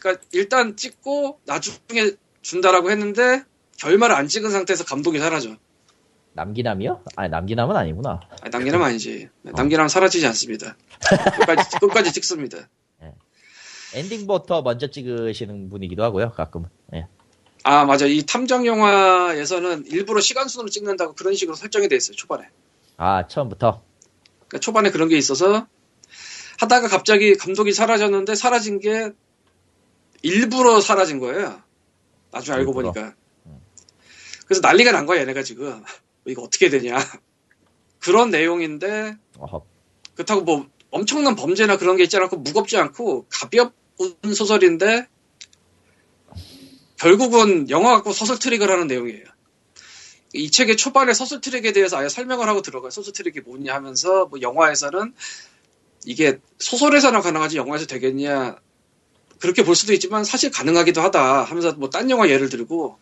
그러니까 일단 찍고 나중에 준다라고 했는데 결말을 안 찍은 상태에서 감독이 사라져.
남기남이요? 아니 남기남은 아니구나.
아니, 남기남 아니지. 남기남 사라지지 않습니다. 끝까지, 끝까지 찍습니다.
엔딩부터 먼저 찍으시는 분이기도 하고요. 가끔은. 예.
아 맞아 이 탐정 영화에서는 일부러 시간 순으로 찍는다고 그런 식으로 설정이 돼 있어요 초반에
아 처음부터.
그러니까 초반에 그런 게 있어서 하다가 갑자기 감독이 사라졌는데 사라진 게 일부러 사라진 거예요 나중에 알고
일부러.
보니까 그래서 난리가 난 거야 얘네가 지금 이거 어떻게 되냐 그런 내용인데
어허.
그렇다고 뭐 엄청난 범죄나 그런 게 있지 않고 무겁지 않고 가벼운 소설인데 결국은 영화 갖고 서술 트릭을 하는 내용이에요. 이 책의 초반에 서술 트릭에 대해서 아예 설명을 하고 들어가요. 서술 트릭이 뭐냐 하면서 뭐 영화에서는 이게 소설에서나 가능하지 영화에서 되겠냐 그렇게 볼 수도 있지만 사실 가능하기도 하다 하면서 뭐 딴 영화 예를 들고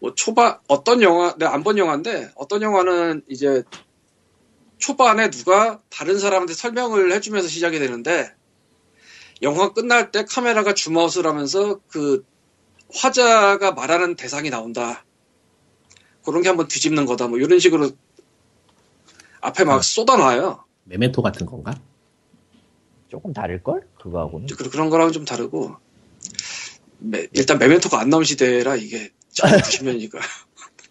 뭐 초반 어떤 영화 내가 안 본 영화인데 어떤 영화는 이제 초반에 누가 다른 사람한테 설명을 해주면서 시작이 되는데 영화 끝날 때 카메라가 줌아웃을 하면서 그 화자가 말하는 대상이 나온다. 그런 게 한번 뒤집는 거다. 뭐 이런 식으로 앞에 막 쏟아놔요.
메멘토 같은 건가?
조금 다를걸?
음.
그거하고는.
그- 그런 거랑은 좀 다르고 메- 일단 메멘토가 안 나온 시대라 이게 90년이니까.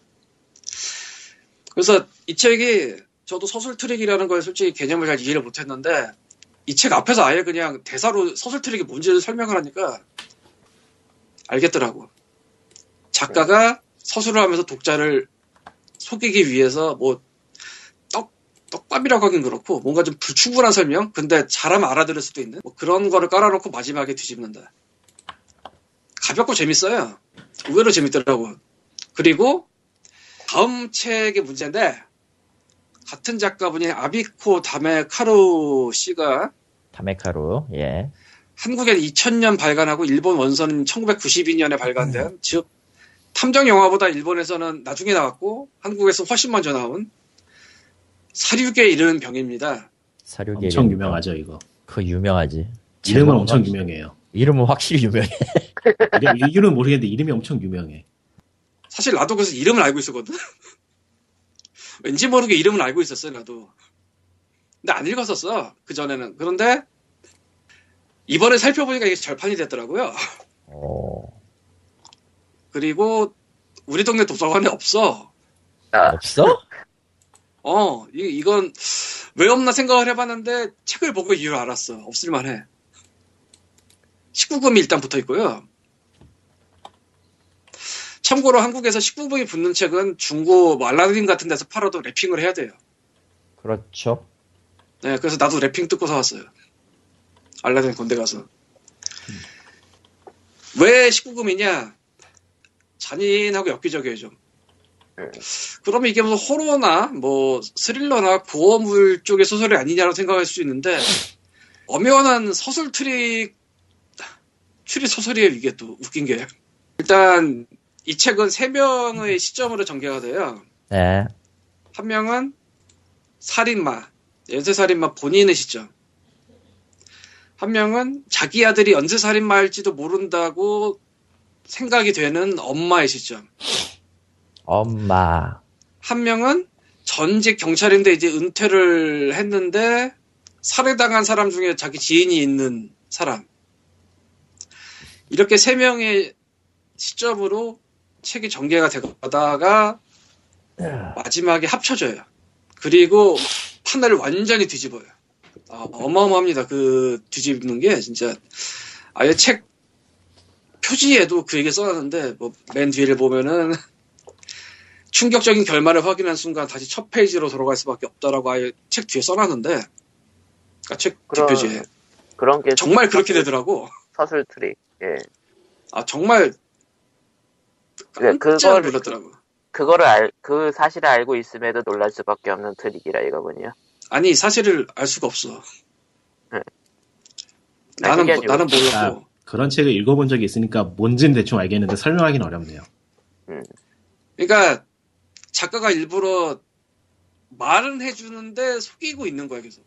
그래서 이 책이 저도 서술 트릭이라는 걸 솔직히 개념을 잘 이해를 못했는데 이 책 앞에서 아예 그냥 대사로 서술 트릭이 뭔지를 설명을 하니까 알겠더라고. 작가가 서술을 하면서 독자를 속이기 위해서 뭐 떡, 떡밥이라고 하긴 그렇고 뭔가 좀 불충분한 설명? 근데 잘하면 알아들을 수도 있는 뭐 그런 거를 깔아놓고 마지막에 뒤집는다. 가볍고 재밌어요. 의외로 재밌더라고. 그리고 다음 책의 문제인데 같은 작가분이 아비코 다메 카루 씨가
다메카로, 예.
한국엔 2000년 발간하고 일본 원서는 1992년에 발간된 즉 탐정 영화보다 일본에서는 나중에 나왔고 한국에서 훨씬 먼저 나온 사륙에 이르는 병입니다.
사료계.
엄청 유명하죠 이거.
그 유명하지.
이름은
제목은
엄청
아-
확실히-
유명해요. 이름은
이름은 확실히 유명해.
이름- 이유는 모르겠는데 이름이 엄청 유명해.
사실 나도 그래서 이름을 알고 있었거든. 왠지 모르게 이름을 알고 있었어요, 나도. 근데 안 읽었었어, 그전에는. 그런데 이번에 살펴보니까 이게 절판이 됐더라고요.
어,
그리고 우리 동네 도서관에 없어.
아,
없어?
어, 이, 이건 왜 없나 생각을 해봤는데 책을 보고 이유를 알았어. 없을만해. 19금이 일단 붙어 있고요. 참고로 한국에서 19금이 붙는 책은 중고 뭐 알라딘 같은 데서 팔아도 랩핑을 해야 돼요.
그렇죠.
네, 그래서 나도 랩핑 뜯고 사왔어요. 알라딘 건대 가서. 왜 19금이냐? 잔인하고 엽기적이에요, 좀. 그러면 이게 무슨 호러나 뭐 스릴러나 고어물 쪽의 소설이 아니냐라고 생각할 수 있는데 엄연한 서술 트릭 추리 소설이에요 이게 또 웃긴 게 일단 이 책은 세 명의 시점으로 전개가 돼요
네.
한 명은 살인마, 연쇄살인마 본인의 시점. 한 명은 자기 아들이 연쇄살인마일지도 모른다고 생각이 되는 엄마의 시점.
엄마.
한 명은 전직 경찰인데 이제 은퇴를 했는데 살해당한 사람 중에 자기 지인이 있는 사람. 이렇게 세 명의 시점으로 책이 전개가 되다가 마지막에 합쳐져요. 그리고 판을 완전히 뒤집어요. 아, 어마어마합니다. 그 뒤집는 게 진짜 아예 책 표지에도 그 얘기 써놨는데 뭐 맨 뒤를 보면은 충격적인 결말을 확인한 순간 다시 첫 페이지로 돌아갈 수밖에 없다라고 아예 책 뒤에 써놨는데 그러니까 책
그런-
뒷표지에
그런 게
정말 그렇게
서술-
되더라고
서술 트릭. 예.
아 정말
네,
깜짝
그걸-
놀랐더라고
그거를 알, 그 사실을 알고 있음에도 놀랄 수밖에 없는 트릭이라 이거군요.
아니 사실을 알 수가 없어
네. 아,
나는,
그게
뭐- 나는 몰랐고
아, 그런 책을 읽어본 적이 있으니까 뭔지는 대충 알겠는데 설명하기는 어렵네요.
그러니까 작가가 일부러 말은 해주는데 속이고 있는 거야 계속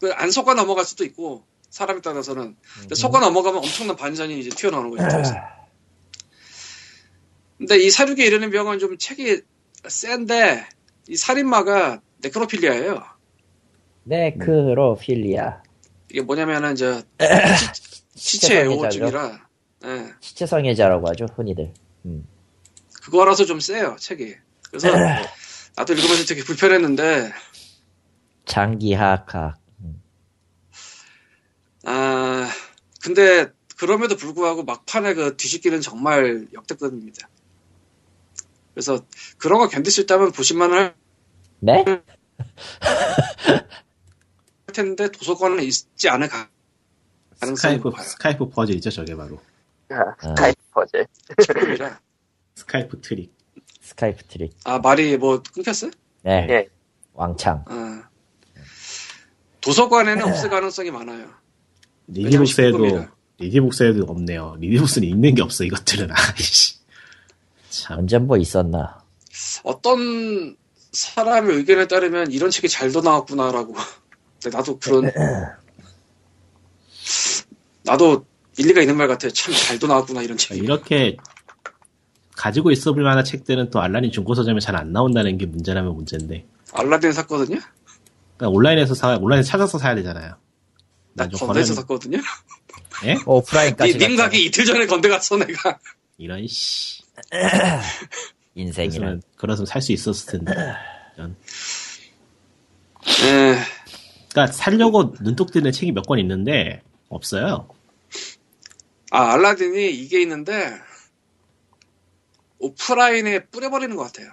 그안 속아 넘어갈 수도 있고 사람에 따라서는 근데 속아 넘어가면 엄청난 반전이 이제 튀어나오는 거죠 거기서. 근데 이 사륙에 이르는 병은 좀 책이 센데 이 살인마가 네크로필리아예요
네크로필리아.
이게 뭐냐면은 저 시,
시체
체
성애자죠.
애호증이라 예,
시체성애자라고 하죠, 흔히들. 음.
그거라서 좀 세요 책이 그래서 나도 읽으면서 되게 불편했는데
장기하학.
아 근데 그럼에도 불구하고 막판에 그 뒤집기는 정말 역대급입니다 그래서 그런 거 견딜 수 있다면 보실만 할
네?
음. 텐데 도서관은 있지 않을 가- 가능성이
스카이프
높아요
스카이프 퍼즐이죠 저게 바로
아, 스카이프 퍼즐.
책이라.
스카이프 트릭.
스카이프 트릭.
아 말이 뭐 끊겼어요?
네.
예.
왕창.
아. 도서관에는 없을 가능성이 많아요
리디북스에도
식품이라.
리디북스에도 없네요. 리디북스는 있는 게 없어 이것들은 아이씨. 참
언젠 뭐 있었나.
어떤 사람의 의견에 따르면 이런 책이 잘도 나왔구나라고. 근데 나도 그런 나도 일리가 있는 말 같아. 참 잘도 나왔구나 이런 책이.
이렇게 가지고 있어 볼 만한 책들은 또 알라딘 중고 서점에 잘 안 나온다는 게 문제라면 문제인데
알라딘 샀거든요.
그러니까 온라인에서 사 온라인 찾아서 사야 되잖아요.
나
나중에
건대에서
걸으면-
샀거든요.
예?
오프라인까지
니- 님
갔다가
가게 이틀 전에 건대 갔어 내가.
이런 씨.
인생이란
그랬으면 그랬으면 살 수 있었을 텐데. 이런.
네.
예.
그러니까 살려고 눈독 뜨는 책이 몇 권 있는데 없어요.
아 알라딘이 이게 있는데 오프라인에 뿌려버리는 것 같아요.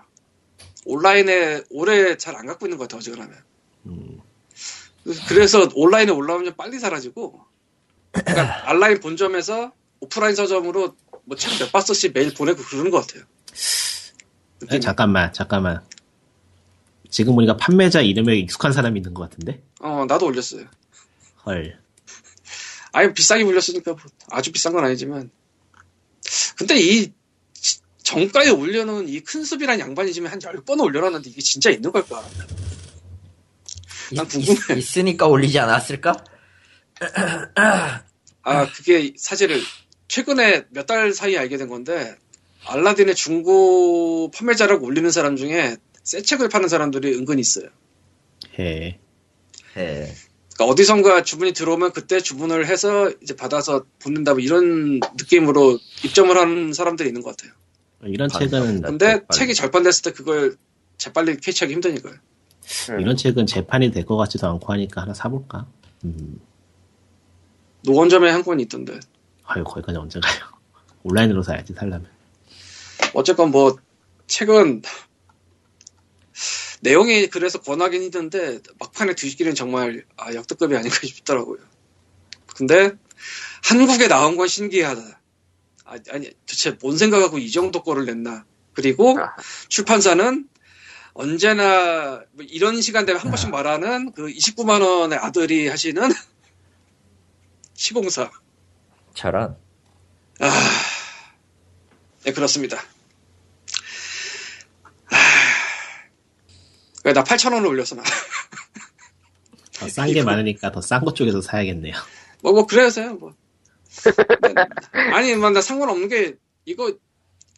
온라인에 오래 잘 안 갖고 있는 것 같아요. 어지간하면.
음,
그래서 온라인에 올라오면 빨리 사라지고 그러니까 온라인 본점에서 오프라인 서점으로 뭐 책 몇 박스씩 매일 보내고 그러는 것 같아요.
에, 예, 잠깐만 잠깐만. 지금 보니까 판매자 이름에 익숙한 사람이 있는 것 같은데.
어 나도 올렸어요.
헐.
아예 비싸게 올렸으니까 뭐 아주 비싼 건 아니지만 근데 이 지- 정가에 올려놓은 이 큰 숲이란 양반이 지금 한 10번 올려놨는데 이게 진짜 있는 걸까? 난
있-
궁금해.
있- 있으니까 올리지 않았을까?
아, 그게 사실은 최근에 몇 달 사이에 알게 된 건데, 알라딘의 중고 판매자라고 올리는 사람 중에 새 책을 파는 사람들이 은근 있어요.
해.
예.
그러니까 어디선가 주문이 들어오면 그때 주문을 해서 이제 받아서 보낸다 뭐 이런 느낌으로 입점을 하는 사람들이 있는 것 같아요.
이런
반사.
책은
근데
아, 그 재빨리.
책이 절판됐을 때 그걸 재빨리 캐치하기 힘드니까요.
이런 책은 재판이 될 것 같지도 않고 하니까 하나 사볼까? 음.
노원점에 한 권이 있던데.
아유 거기까지 언제 가요? 온라인으로 사야지 살려면.
어쨌건 뭐 책은 내용이 그래서 권하긴 힘든데 막판에 뒤집기는 정말 아, 역대급이 아닌가 싶더라고요. 근데 한국에 나온 건 신기하다. 아, 아니 도대체 뭔 생각하고 이 정도 거를 냈나. 그리고
아.
출판사는 언제나 뭐 이런 시간 되면 한 번씩 말하는 그 29만 원의 아들이 하시는 시공사.
저런.
아, 네, 그렇습니다. 아, 나 8,000원을 올렸어, 나.
더 싼 게 많으니까 더 싼 것 쪽에서 사야겠네요.
뭐, 뭐, 그래서요, 뭐. 근데, 아니, 뭐, 나 상관없는 게, 이거,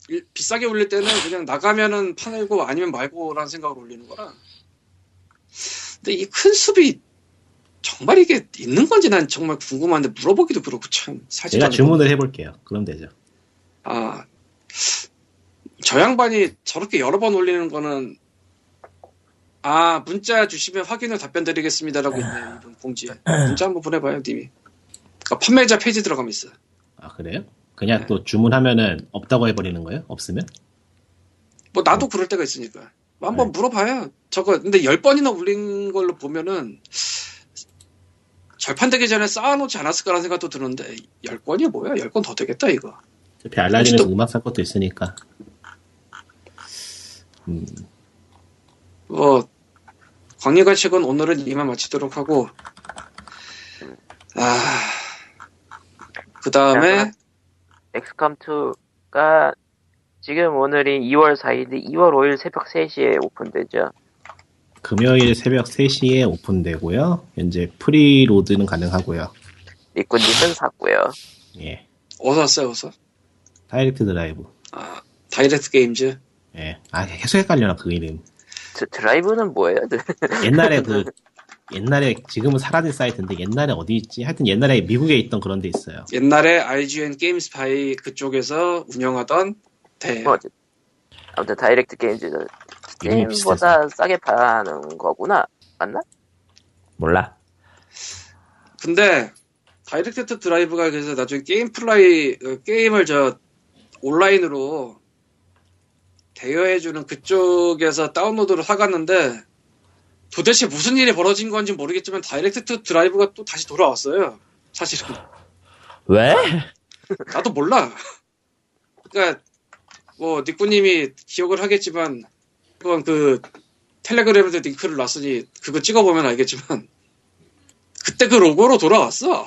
일- 비싸게 올릴 때는 그냥 나가면은 파내고 아니면 말고라는 생각으로 올리는 거라. 근데 이 큰 숲이 정말 이게 있는 건지 난 정말 궁금한데 물어보기도 그렇고 참. 사실
제가 주문을 해볼게요. 그럼 되죠.
아, 저 양반이 저렇게 여러 번 올리는 거는, 아, 문자 주시면 확인을 답변 드리겠습니다라고 있네, 이번 공지에. 문자 한번 보내봐요, 님이. 그러니까 판매자 페이지 들어가면 있어.
아 그래요? 그냥 또 주문하면은 없다고 해버리는 거예요? 없으면?
뭐, 나도 그럴 때가 있으니까. 뭐 한번 물어봐요. 저거, 근데 열번이나 올린 걸로 보면은, 절판되기 전에 쌓아놓지 않았을까라는 생각도 드는데, 열건이 뭐야? 열 건 더 되겠다, 이거.
어차피 알라딘은
혹시 또-
음악 살 것도 있으니까. 음,
뭐 광희가 책은 오늘은 이만 마치도록 하고 아그 그 다음에
엑스컴 2가 지금 오늘이 2월 4일인데 2월 5일 새벽 3시에 오픈되죠.
금요일 새벽 3시에 오픈되고요. 현재 프리로드는 가능하고요.
니꾼님은 샀고요.
예.
어서 왔어요 어서
다이렉트 드라이브.
아 다이렉트 게임즈
예. 아 계속 헷갈려나 그 이름.
드- 드라이브는 뭐예요?
옛날에 그 옛날에 지금은 사라진 사이트인데 옛날에 어디 있지? 하여튼 옛날에 미국에 있던 그런 데 있어요.
옛날에 IGN 게임스파이 그쪽에서 운영하던 대
뭐, 어쨌- 아무튼 다이렉트 게임즈는
예. 이름이 비슷해서.
게임보다 싸게 파는 거구나. 맞나?
몰라.
근데 다이렉트 드라이브가 그래서 나중에 게임 플라이 어, 게임을 저 온라인으로 대여해주는 그쪽에서 다운로드로 사갔는데 도대체 무슨 일이 벌어진 건지 모르겠지만 다이렉트 드라이브가 또 다시 돌아왔어요. 사실은
왜?
나도 몰라. 그러니까 뭐 니꾸님이 기억을 하겠지만 그건 그 텔레그램에도 링크를 놨으니 그거 찍어보면 알겠지만 그때 그 로고로 돌아왔어.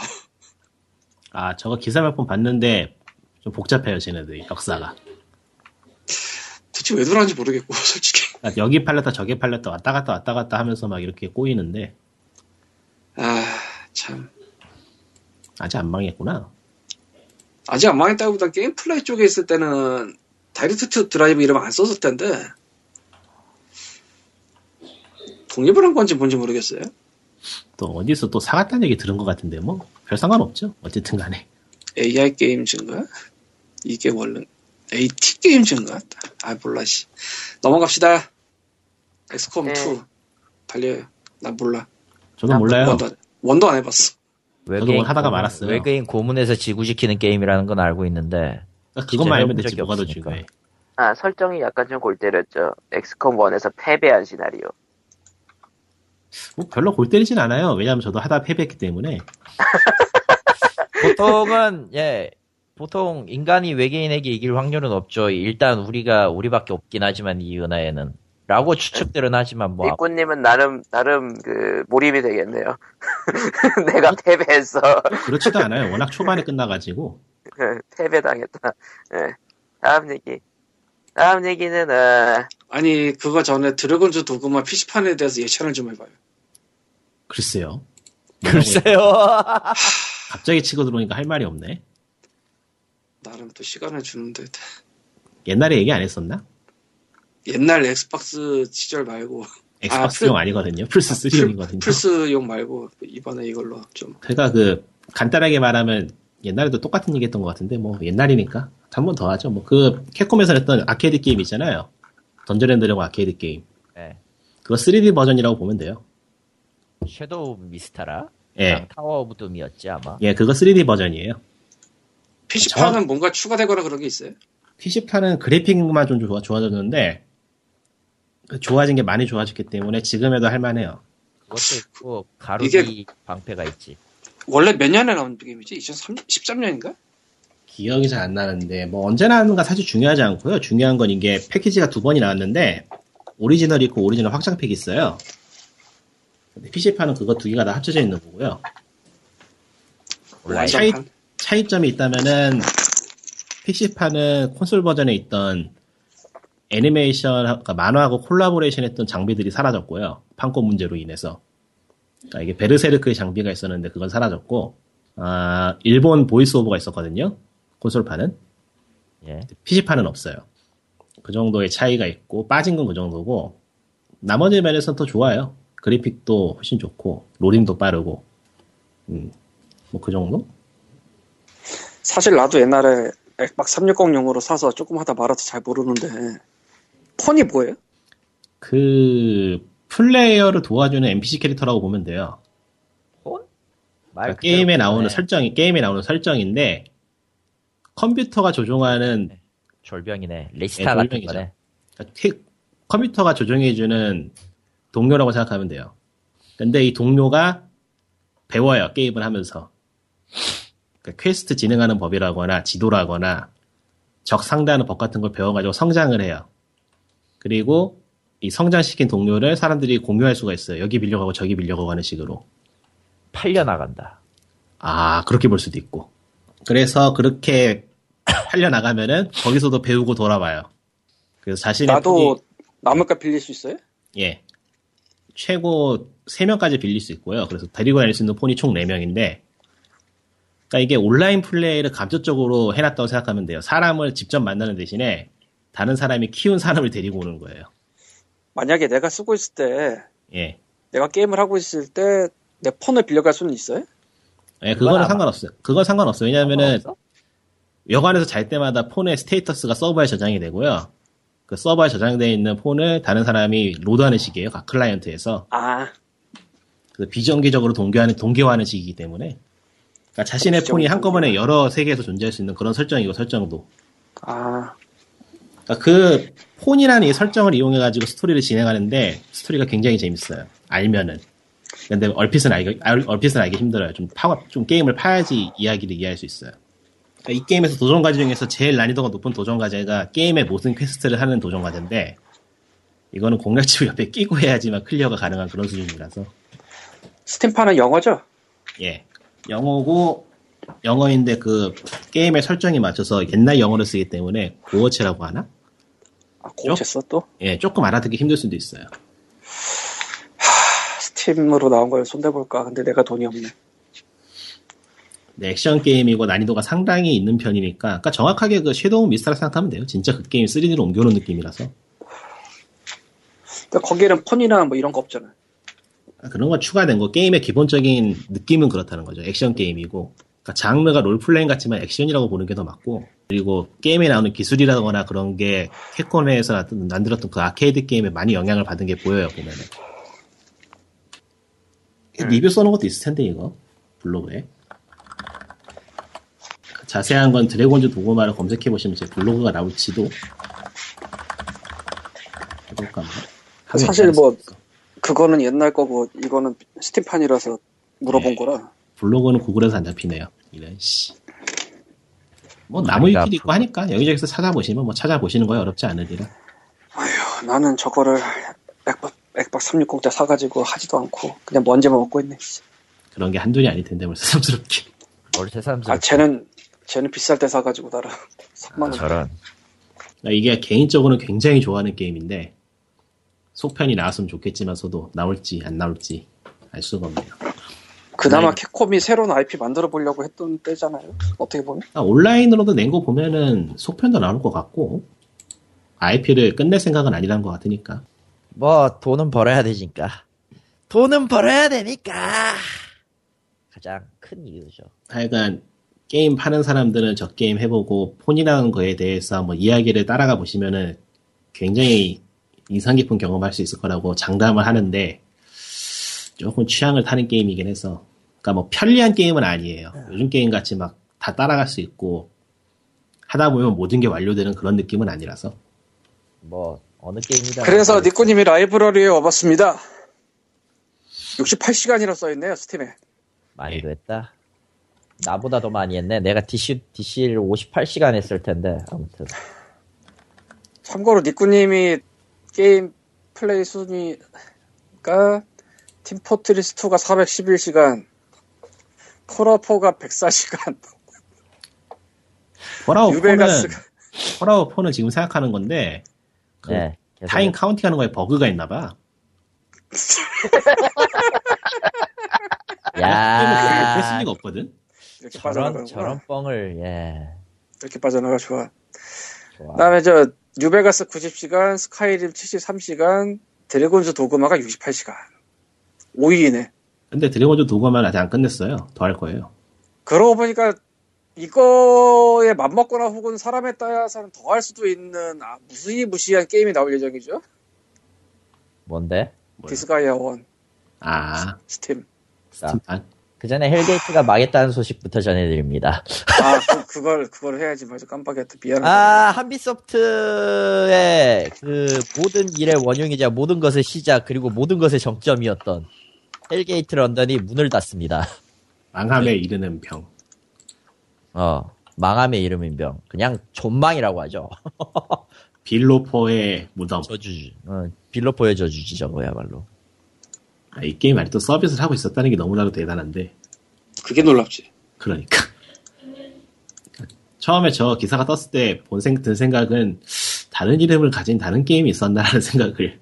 아 저거 기사 몇 번 봤는데 좀 복잡해요 쟤네들이 역사가.
도대체 왜 돌아왔는지 모르겠고 솔직히
그러니까 여기 팔렸다 저기 팔렸다 왔다 갔다 왔다 갔다 하면서 막 이렇게 꼬이는데
아 참
아직 안 망했구나.
아직 안 망했다기보다 게임 플레이 쪽에 있을 때는 다이렉트 드라이브 이름 안 썼을 텐데 독립을 한 건지 뭔지 모르겠어요.
또 어디서 또 사갔다는 얘기 들은 것 같은데 뭐 별 상관없죠. 어쨌든 간에.
AI 게임즈인가? 이게 원래 AT 게임즈인가? 아 몰라 씨. 넘어갑시다. 엑스콤
네.
2 달려요. 난 몰라.
저도
아,
몰라요.
원도 안, 원도 안 해봤어.
저도 뭘 하다가 말았어요.
외계인 고문에서 지구지키는 게임이라는 건 알고 있는데
그것만 알면
해본
됐지
적이
뭐가 더
없으니까.
중요해.
아, 설정이 약간 좀 골 때렸죠. 엑스컴 1에서 패배한 시나리오.
뭐 별로 골 때리진 않아요. 왜냐하면 저도 하다 패배했기 때문에
보통은 예 보통 인간이 외계인에게 이길 확률은 없죠. 일단 우리가 우리밖에 없긴 하지만 이 은하에는 라고 추측들은 하지만
예,
뭐
리꾸님은 나름 나름 그 몰입이 되겠네요. 내가 패배했어.
그렇지도 않아요. 워낙 초반에 끝나가지고
패배당했다. 예. 다음 얘기. 다음 얘기는 아,
아니 그거 전에 드래곤즈 도그마 PC판에 대해서 예찬을 좀 해봐요.
글쎄요.
글쎄요.
갑자기 치고 들어오니까 할 말이 없네.
나름 또 시간을 주는데
옛날에 얘기 안 했었나?
옛날 엑스박스 시절 말고
엑스박스용 아, 니거든요 플스 3용이거든요.
플스용 말고 이번에 이걸로 좀
그러니까 그 간단하게 말하면 옛날에도 똑같은 얘기했던 것 같은데 뭐 옛날이니까 한 번 더 하죠. 뭐 그 캡콤에서 했던 아케이드 게임 있잖아요. 던전앤드래곤 아케이드 게임.
네.
그거 3D 버전이라고 보면 돼요.
섀도우 오브 미스타라
예.
타워 오브 둠이었지 아마.
예, 그거 3D 버전이에요.
PC판은 뭔가 추가되거나 그런 게 있어요?
PC판은 그래픽만 좀 좋아, 좋아졌는데 그 좋아진 게 많이 좋아졌기 때문에 지금에도 할만해요.
그것도 있고 가루기 방패가 있지.
원래 몇 년에 나온 게임이지? 2013년인가?
기억이 잘 안 나는데 뭐 언제나 하는가 사실 중요하지 않고요. 중요한 건 이게 패키지가 두 번이 나왔는데 오리지널이 있고 오리지널 확장팩이 있어요. 근데 PC판은 그거 두 개가 다 합쳐져 있는 거고요.
온라인.
차이, 차이점이 있다면은 PC판은 콘솔 버전에 있던 애니메이션, 그러니까 만화하고 콜라보레이션 했던 장비들이 사라졌고요. 판권 문제로 인해서. 그러니까 이게 베르세르크의 장비가 있었는데 그건 사라졌고, 아, 일본 보이스 오버가 있었거든요. 콘솔판은.
예.
PC판은 없어요. 그 정도의 차이가 있고, 빠진 건 그 정도고, 나머지 면에서는 더 좋아요. 그래픽도 훨씬 좋고, 로딩도 빠르고, 음, 뭐 그 정도?
사실 나도 옛날에 엑박 360용으로 사서 조금 하다 말아서 잘 모르는데 폰이 뭐예요?
그 플레이어를 도와주는 NPC 캐릭터라고 보면 돼요.
폰? 말
그러니까
아, 그대로
게임에 나오는
폰에
설정이 게임에 나오는 설정인데 컴퓨터가 조종하는
졸병이네. 레지스타
예,
같은
졸병이죠.
거네.
그러니까 틱- 컴퓨터가 조종해주는 동료라고 생각하면 돼요. 근데 이 동료가 배워요 게임을 하면서 그러니까 퀘스트 진행하는 법이라거나 지도라거나 적 상대하는 법 같은 걸 배워가지고 성장을 해요. 그리고 이 성장시킨 동료를 사람들이 공유할 수가 있어요. 여기 빌려가고 저기 빌려가고 하는 식으로.
팔려 나간다.
아, 그렇게 볼 수도 있고. 그래서 그렇게 팔려나가면은 거기서도 배우고 돌아와요. 그래서 자신의
나도
폰이,
남을까 빌릴 수 있어요?
예. 최고 3명까지 빌릴 수 있고요. 그래서 데리고 다닐 수 있는 폰이 총 4명인데 그러니까 이게 온라인 플레이를 감정적으로 해놨다고 생각하면 돼요. 사람을 직접 만나는 대신에 다른 사람이 키운 사람을 데리고 오는 거예요.
만약에 내가 쓰고 있을 때
예.
내가 게임을 하고 있을 때 내 폰을 빌려갈 수는 있어요?
예, 그거는
아마-
상관없어요. 그건 상관없어요. 왜냐면은
상관없어?
여관에서 잘 때마다 폰의 스테이터스가 서버에 저장이 되고요. 그 서버에 저장되어 있는 폰을 다른 사람이 로드하는 식이에요. 각 클라이언트에서.
아
그래서 비정기적으로 동기화하는, 동기화하는 식이기 때문에. 그러니까 자신의 폰이 한꺼번에 여러 세계에서 존재할 수 있는 그런 설정이고, 설정도.
아,
그러니까 그 폰이라는 이 설정을 이용해가지고 스토리를 진행하는데, 스토리가 굉장히 재밌어요. 알면은. 근데 얼핏은 알기, 알- 얼핏은 알기 힘들어요. 좀 파, 좀 게임을 파야지 이야기를 이해할 수 있어요. 그러니까 이 게임에서 도전 과제 중에서 제일 난이도가 높은 도전 과제가 게임의 모든 퀘스트를 하는 도전 과제인데 이거는 공략집 옆에 끼고 해야지만 클리어가 가능한 그런 수준이라서
스팀판은 영어죠?
예 영어고 영어인데 그 게임의 설정에 맞춰서 옛날 영어를 쓰기 때문에 고어체라고 하나?
아, 고쳤어 또?
예 조금 알아듣기 힘들 수도 있어요.
스팀으로 나온 걸 손대볼까? 근데 내가 돈이 없네.
네, 액션 게임이고 난이도가 상당히 있는 편이니까 그러니까 정확하게 그 섀도우 미스터라 생각하면 돼요. 진짜 그 게임 3D로 옮겨놓은 느낌이라서
근데 그러니까 거기에는 폰이나 뭐 이런 거 없잖아.
아, 그런 거 추가된 거 게임의 기본적인 느낌은 그렇다는 거죠. 액션 게임이고 그러니까 장르가 롤플레잉 같지만 액션이라고 보는 게 더 맞고 그리고 게임에 나오는 기술이라거나 그런 게 캡콤에서 나- 만들었던 그 아케이드 게임에 많이 영향을 받은 게 보여요 보면은 리뷰 써놓은 것도 있을 텐데 이거 블로그에 그 자세한 건 드래곤즈 도고마를 검색해 보시면 제 블로그가 나올지도 해볼까 한번. 하면
사실 뭐-
괜찮았어.
그거는 옛날 거고 이거는 스팀판이라서 물어본
네.
거라.
블로그는 구글에서 안 잡히네요. 이런 씨. 뭐 나무
머리가
위키도 있고
아프고.
하니까 여기저기서 찾아보시면 뭐 찾아보시는 거야 어렵지 않으리라.
아휴, 나는 저거를 액박 액박 360대 사가지고 하지도 않고 그냥 먼지만 먹고 있네. 씨.
그런 게 한둘이 아닐 텐데 벌써 삼스럽게.
뭘 새삼스럽게.
아 쟤는 쟤는 비쌀 때 사가지고 나라. 3만 원.
저런.
그러니까 이게 개인적으로는 굉장히 좋아하는 게임인데 속편이 나왔으면 좋겠지만서도 나올지 안 나올지 알 수가 없네요.
그나마
네.
캡콤이 새로운 IP 만들어 보려고 했던 때잖아요. 어떻게 보면.
아, 온라인으로도 낸 거 보면은 속편도 나올 것 같고 IP를 끝낼 생각은 아니란 것 같으니까
뭐 돈은 벌어야 되니까. 돈은 벌어야 되니까. 가장 큰 이유죠.
하여간 게임 파는 사람들은 저 게임 해보고 폰이라는 거에 대해서 한번 이야기를 따라가 보시면은 굉장히 인상 깊은 경험할 수 있을 거라고 장담을 하는데 조금 취향을 타는 게임이긴 해서 그러니까 뭐 편리한 게임은 아니에요.
네.
요즘 게임 같이 막 다 따라갈 수 있고 하다 보면 모든 게 완료되는 그런 느낌은 아니라서
뭐 어느 게임이다.
그래서 니꼬님이 라이브러리에 와봤습니다. 68시간이라 써있네요 스팀에.
많이도 했다. 나보다 더 많이 했네. 내가 DC DC를 58시간 했을 텐데 아무튼
참고로 니꾸님이 게임 플레이 순위가 팀포트리스 2가 411시간, 폴아포가 104시간,
폴아웃 4는
유베가스가
폴아웃 4는 지금 생각하는 건데 그
네. 계속
타임 카운팅하는 거에 버그가 있나봐.
야.
그럴 리가 없거든.
이렇게
저런
빠져나가고
저런 뻥을 예.
이렇게 빠져나가 좋아.
좋아.
그다음에 저 뉴베가스 90시간, 스카이림 73시간, 드래곤즈 도그마가 68시간. 5위네.
근데 드래곤즈 도구만 아직 안 끝냈어요. 더 할 거예요.
그러고 보니까 이거에 맞먹거나 혹은 사람에 따라서는 더 할 수도 있는 아, 무시무시한 게임이 나올 예정이죠.
뭔데?
뭐요?
디스가이아 1
아,
스팀.
스팀판.
그 전에 헬게이트가 망했다는 소식부터 전해드립니다.
아 그, 그걸 그걸 해야지 맞아 깜빡했다 미안해.
아, 한비소프트의 그 모든 일의 원흉이자 모든 것의 시작 그리고 모든 것의 정점이었던 헬게이트 런던이 문을 닫습니다. 네.
망함에 이르는 병.
어, 망함의 이름인 병. 그냥 존망이라고 하죠.
빌로포의 무덤.
저주지. 어, 빌로 보여줘주지 저거야말로.
아, 이 게임 아직도 서비스를 하고 있었다는 게 너무나도 대단한데.
그게 놀랍지.
그러니까. 처음에 저 기사가 떴을 때 본생 든 생각은 다른 이름을 가진 다른 게임이 있었나라는 생각을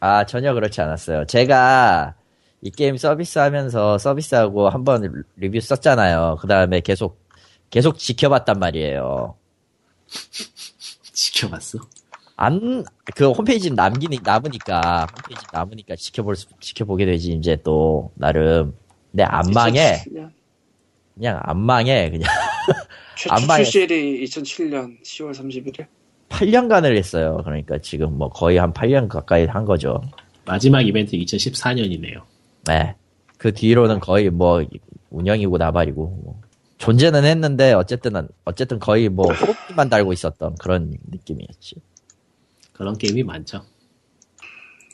아, 전혀 그렇지 않았어요. 제가 이 게임 서비스 하면서 서비스하고 한번 리뷰 썼잖아요. 그 다음에 계속, 계속 지켜봤단 말이에요.
지켜봤어.
안, 그 홈페이지 남기니, 남으니까, 홈페이지 남으니까 지켜볼 수, 지켜보게 되지, 이제 또, 나름. 근데 안 망해.
2007년.
그냥 안 망해. 그냥 안
최초
망해.
출시일이 2007년 10월 31일.
8년간을 했어요. 그러니까 지금 뭐 거의 한 8년 가까이 한 거죠.
마지막 이벤트 2014년이네요.
네. 그 뒤로는 거의 뭐, 운영이고 나발이고, 뭐. 존재는 했는데, 어쨌든, 어쨌든 거의 뭐, 호흡기만 달고 있었던 그런 느낌이었지.
그런 게임이 많죠.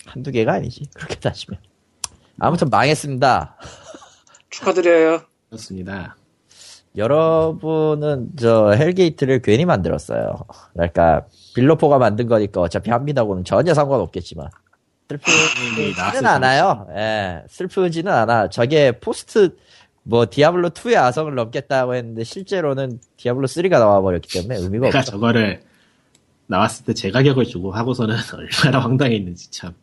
한두 개가 아니지. 그렇게 따지면. 아무튼 망했습니다.
축하드려요.
그렇습니다.
여러분은 저 헬게이트를 괜히 만들었어요. 그러니까 빌로포가 만든 거니까 어차피 한빈하고는 전혀 상관없겠지만 네,
게임이 네, 나왔을
슬프지는
때
않아요. 예, 슬프지는 않아. 저게 포스트 뭐 디아블로 2의 아성을 넘겠다고 했는데 실제로는 디아블로 3가 나와버렸기 때문에 의미가
내가
없죠.
저거를 나왔을 때 제 가격을 주고 하고서는 얼마나 황당했는지 참.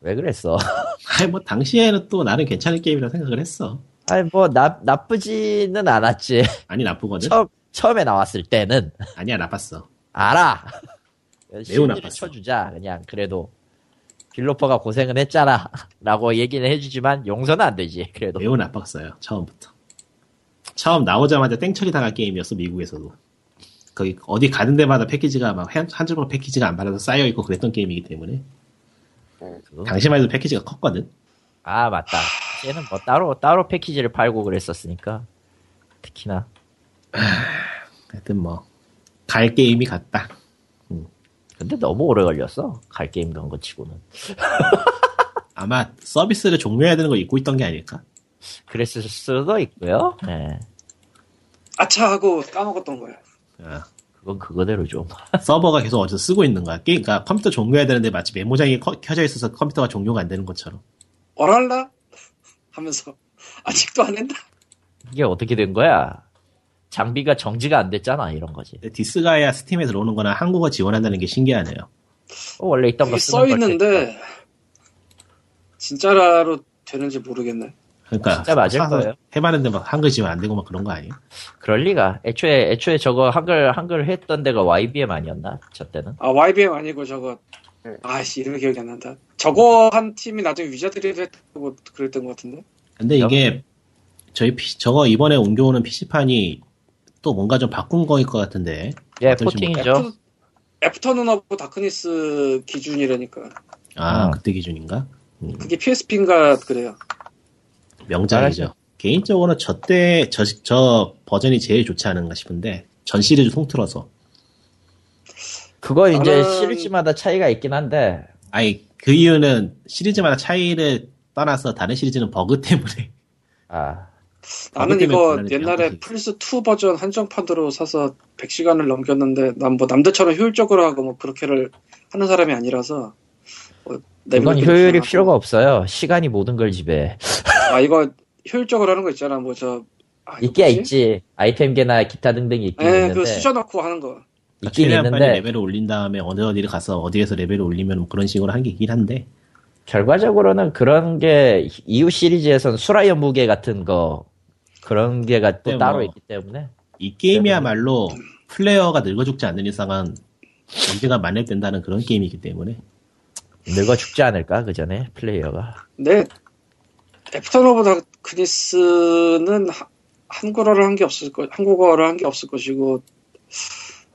왜 그랬어?
아니 뭐 당시에는 또 나는 괜찮은 게임이라 생각을 했어.
아니 뭐 나, 나쁘지는 않았지.
아니 나쁘거든.
처음 처음에 나왔을 때는
아니야 나빴어.
알아. 심리를
나빴어.
쳐주자 그냥 그래도 빌로퍼가 고생은 했잖아라고 얘기는 해주지만 용서는 안 되지 그래도.
매우 나빴어요 처음부터. 처음 나오자마자 땡처리 당할 게임이었어 미국에서도. 거기 어디 가는 데마다 패키지가 막한 한 조각 패키지가 안 받아서 쌓여 있고 그랬던 게임이기 때문에
그거.
당시만 해도 패키지가 컸거든.
아 맞다. 얘는 뭐 따로 따로 패키지를 팔고 그랬었으니까 특히나
하여튼 뭐 갈 게임이 같다.
근데 너무 오래 걸렸어 갈 게임 간 거 치고는.
아마 서비스를 종료해야 되는 걸 잊고 있던 게 아닐까?
그랬을 수도 있고요. 예.
아차 하고 까먹었던 거야.
아,
그건 그거대로 좀.
서버가 계속 어디서 쓰고 있는 거야. 게임, 그러니까 컴퓨터 종료해야 되는데 마치 메모장이 커- 켜져 있어서 컴퓨터가 종료가 안 되는 것처럼.
어랄라? 하면서 아직도 안 된다.
이게 어떻게 된 거야? 장비가 정지가 안 됐잖아 이런 거지.
근데 디스가야 스팀에 들어오는 거나 한국어 지원한다는 게 신기하네요.
어, 원래 있던 거
여기 써
쓰는 걸 테니까.
있는데 진짜로 되는지 모르겠네.
그러니까
진짜 맞을
사서
거예요.
해봤는데 막 한글 지원 안 되고 막 그런 거 아니에요?
그럴 리가. 애초에 애초에 저거 한글 한글 했던 데가 YBM 아니었나? 저 때는.
아 YBM 아니고 저거 아씨 이름이 기억이 안 난다. 저거 한 팀이 나중에 위자드리도 했고 그랬던 것 같은데.
근데 이게 저희 피- 저거 이번에 옮겨오는 PC판이 또 뭔가 좀 바꾼 거일 것 같은데.
예,
어떠십니까?
포팅이죠.
애프터눈하고 다크니스 기준이라니까
아,
아.
그때 기준인가? 음,
그게 PSP인가 그래요.
명작이죠. 개인적으로는 저때 저, 저 버전이 제일 좋지 않은가 싶은데 전 시리즈 통틀어서
그거 이제
나는-
시리즈마다 차이가 있긴 한데
아니 그 이유는 시리즈마다 차이를 떠나서 다른 시리즈는 버그 때문에
아
나는
때문에
이거
불안했지,
옛날에
아무튼.
플스 2 버전 한정판으로 사서 100시간을 넘겼는데 난 뭐 남들처럼 효율적으로 하고 뭐 그렇게를 하는 사람이 아니라서 뭐
이건
내밀기도
효율이
불안하고.
필요가 없어요. 시간이 모든 걸 지배.
아 이거 효율적으로 하는 거 있잖아 뭐 저 아, 이거
있긴
뭐지?
있지. 아이템계나 기타 등등이 있긴
예,
있는데
그 쑤셔놓고 하는 거.
있긴
최대한 아, 빨리
있는데
레벨을 올린 다음에 어디 어디를 가서 어디에서 레벨을 올리면 뭐 그런 식으로 한 게 있긴 한데
결과적으로는 그런 게 이후 시리즈에선 수라연 무게 같은 거 그런 게가 또
네,
따로
뭐.
있기 때문에
이 게임이야말로 플레이어가 늙어 죽지 않는 이상은 언제가 만렙된다는 그런 게임이기 때문에
늙어 죽지 않을까 그 전에 플레이어가
근데 애프터노보다 크니스는 하- 한국어를 한 게 없을 거 한국어를 한 게 없을 것이고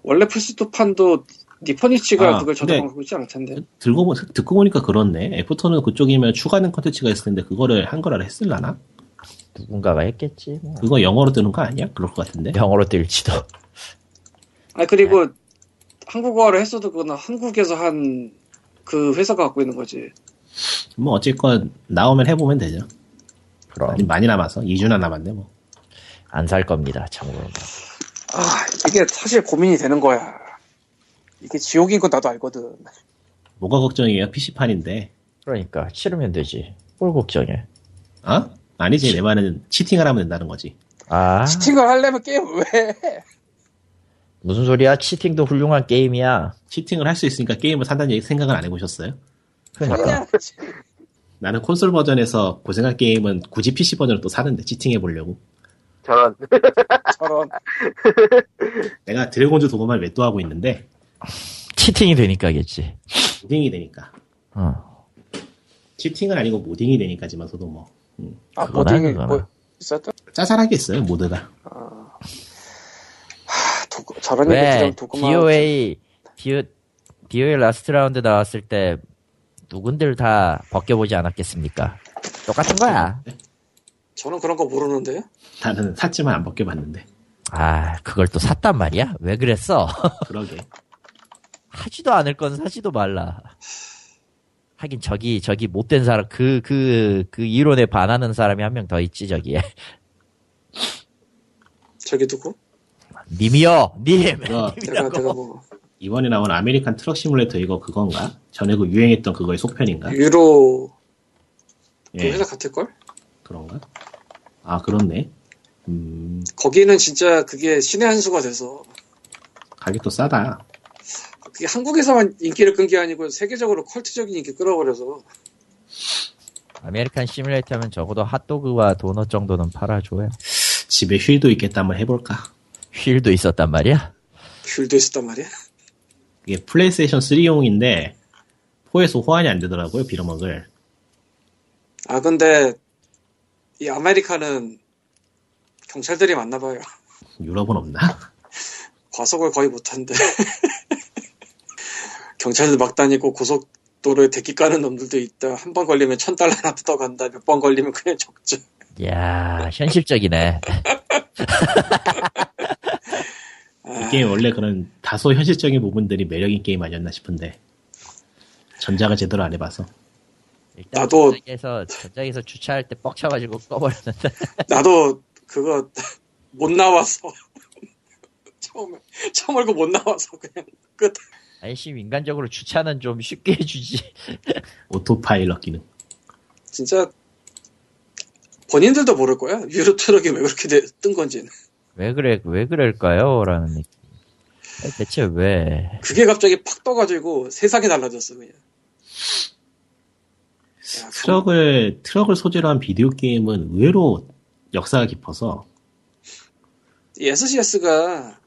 원래 플스 2 판도 니퍼니치가
아,
그걸
근데-
저장하고 있지 않을 텐데.
들고 보- 듣고 보니까 그렇네 애프터는 그쪽이면 추가된 컨텐츠가 있을 텐데 그거를 한글화를 했을라나?
누군가가 했겠지. 뭐.
그거 영어로 뜨는 거 아니야? 그럴 것 같은데
영어로 뜰지도.
아 그리고
네.
한국어를 했어도 그건 한국에서 한 그 회사가 갖고 있는 거지.
뭐 어쨌건 나오면 해보면 되죠
그럼
아니, 많이 남아서 2주나 남았네 뭐
안 살 겁니다. 참고로.
아, 이게 사실 고민이 되는 거야. 이게 지옥인 건 나도 알거든.
뭐가 걱정이에요? PC판인데
그러니까 치르면 되지. 뭘 걱정해.
어? 아니지 내 말은 치팅을 하면 된다는 거지
아
치팅을 하려면 게임 왜 해?
무슨 소리야? 치팅도 훌륭한 게임이야.
치팅을 할 수 있으니까 게임을 산다는 얘기 생각은 안 해보셨어요?
그러니까
나는 콘솔 버전에서 그 고생한 게임은 굳이 PC 버전을 또 사는데 치팅해 보려고
전
저런.
내가 드래곤즈 도구만 왜 또 하고 있는데
치팅이 되니까겠지.
모딩이 되니까
어.
치팅은 아니고 모딩이 되니까지만서도 뭐 음.
아,
그거나
모딩이
그거나.
뭐 있었던?
짜잘하게 있어요 모드가
아, 도- 저런 얘기
왜
들으면 도구만.
DOA DO, DOA 라스트 라운드 나왔을 때 누군들 다 벗겨보지 않았겠습니까? 똑같은 거야.
저는 그런 거 모르는데.
나는 샀지만 안 벗겨봤는데
아 그걸 또 샀단 말이야? 왜 그랬어?
그러게
하지도 않을 건 사지도 말라. 하긴 저기 저기 못된 사람 그 그 그 이론에 반하는 사람이 한 명 더 있지 저기에
저기 누구?
님이요 님
그거
내가 내가 뭐
이번에 나온 아메리칸 트럭 시뮬레이터 이거 그건가? 전에 그 유행했던 그거의 속편인가?
유로 그
예
회사 같을 걸?
그런가? 아 그렇네 음
거기는 진짜 그게 신의 한 수가 돼서
가격 또 싸다
그게 한국에서만 인기를 끈 게 아니고 세계적으로 컬트적인 인기 끌어버려서
아메리칸 시뮬레이터 하면 적어도 핫도그와 도넛 정도는 팔아줘요.
집에 휠도 있겠다 한번 해볼까.
휠도 있었단 말이야?
귤도 있었단 말이야.
이게 플레이스테이션 3용인데 4에서 호환이 안 되더라고요 빌어먹을.
아 근데 이 아메리카는 경찰들이 많나 봐요.
유럽은 없나?
과속을 거의 못한데 경찰들 막 다니고 고속도로에 대기 까는 놈들도 있다. 한 번 걸리면 천 달러나 뜯어간다. 몇 번 걸리면 그냥 적죠.
이야, 현실적이네.
아,
이 게임 원래 그런 다소 현실적인 부분들이 매력인 게임 아니었나 싶은데 전작을 제대로 안 해봐서
일단
나도-
전작에서, 전작에서 주차할 때 뻑쳐가지고 꺼버렸는데.
나도 그거 못 나와서 처음에 처음 알고 못 나와서 그냥 끝.
아이씨, 인간적으로 주차는 좀 쉽게 해주지.
오토파일럿 기능.
진짜 본인들도 모를 거야. 유로 트럭이 왜 그렇게 돼- 뜬 건지는.
왜 그래, 왜 그럴까요? 라는 느낌. 아니, 대체 왜.
그게 갑자기 팍 떠가지고 세상이 달라졌어 그냥. 야,
트럭을 트럭을 소재로 한 비디오 게임은 의외로 역사가 깊어서
이 SCS가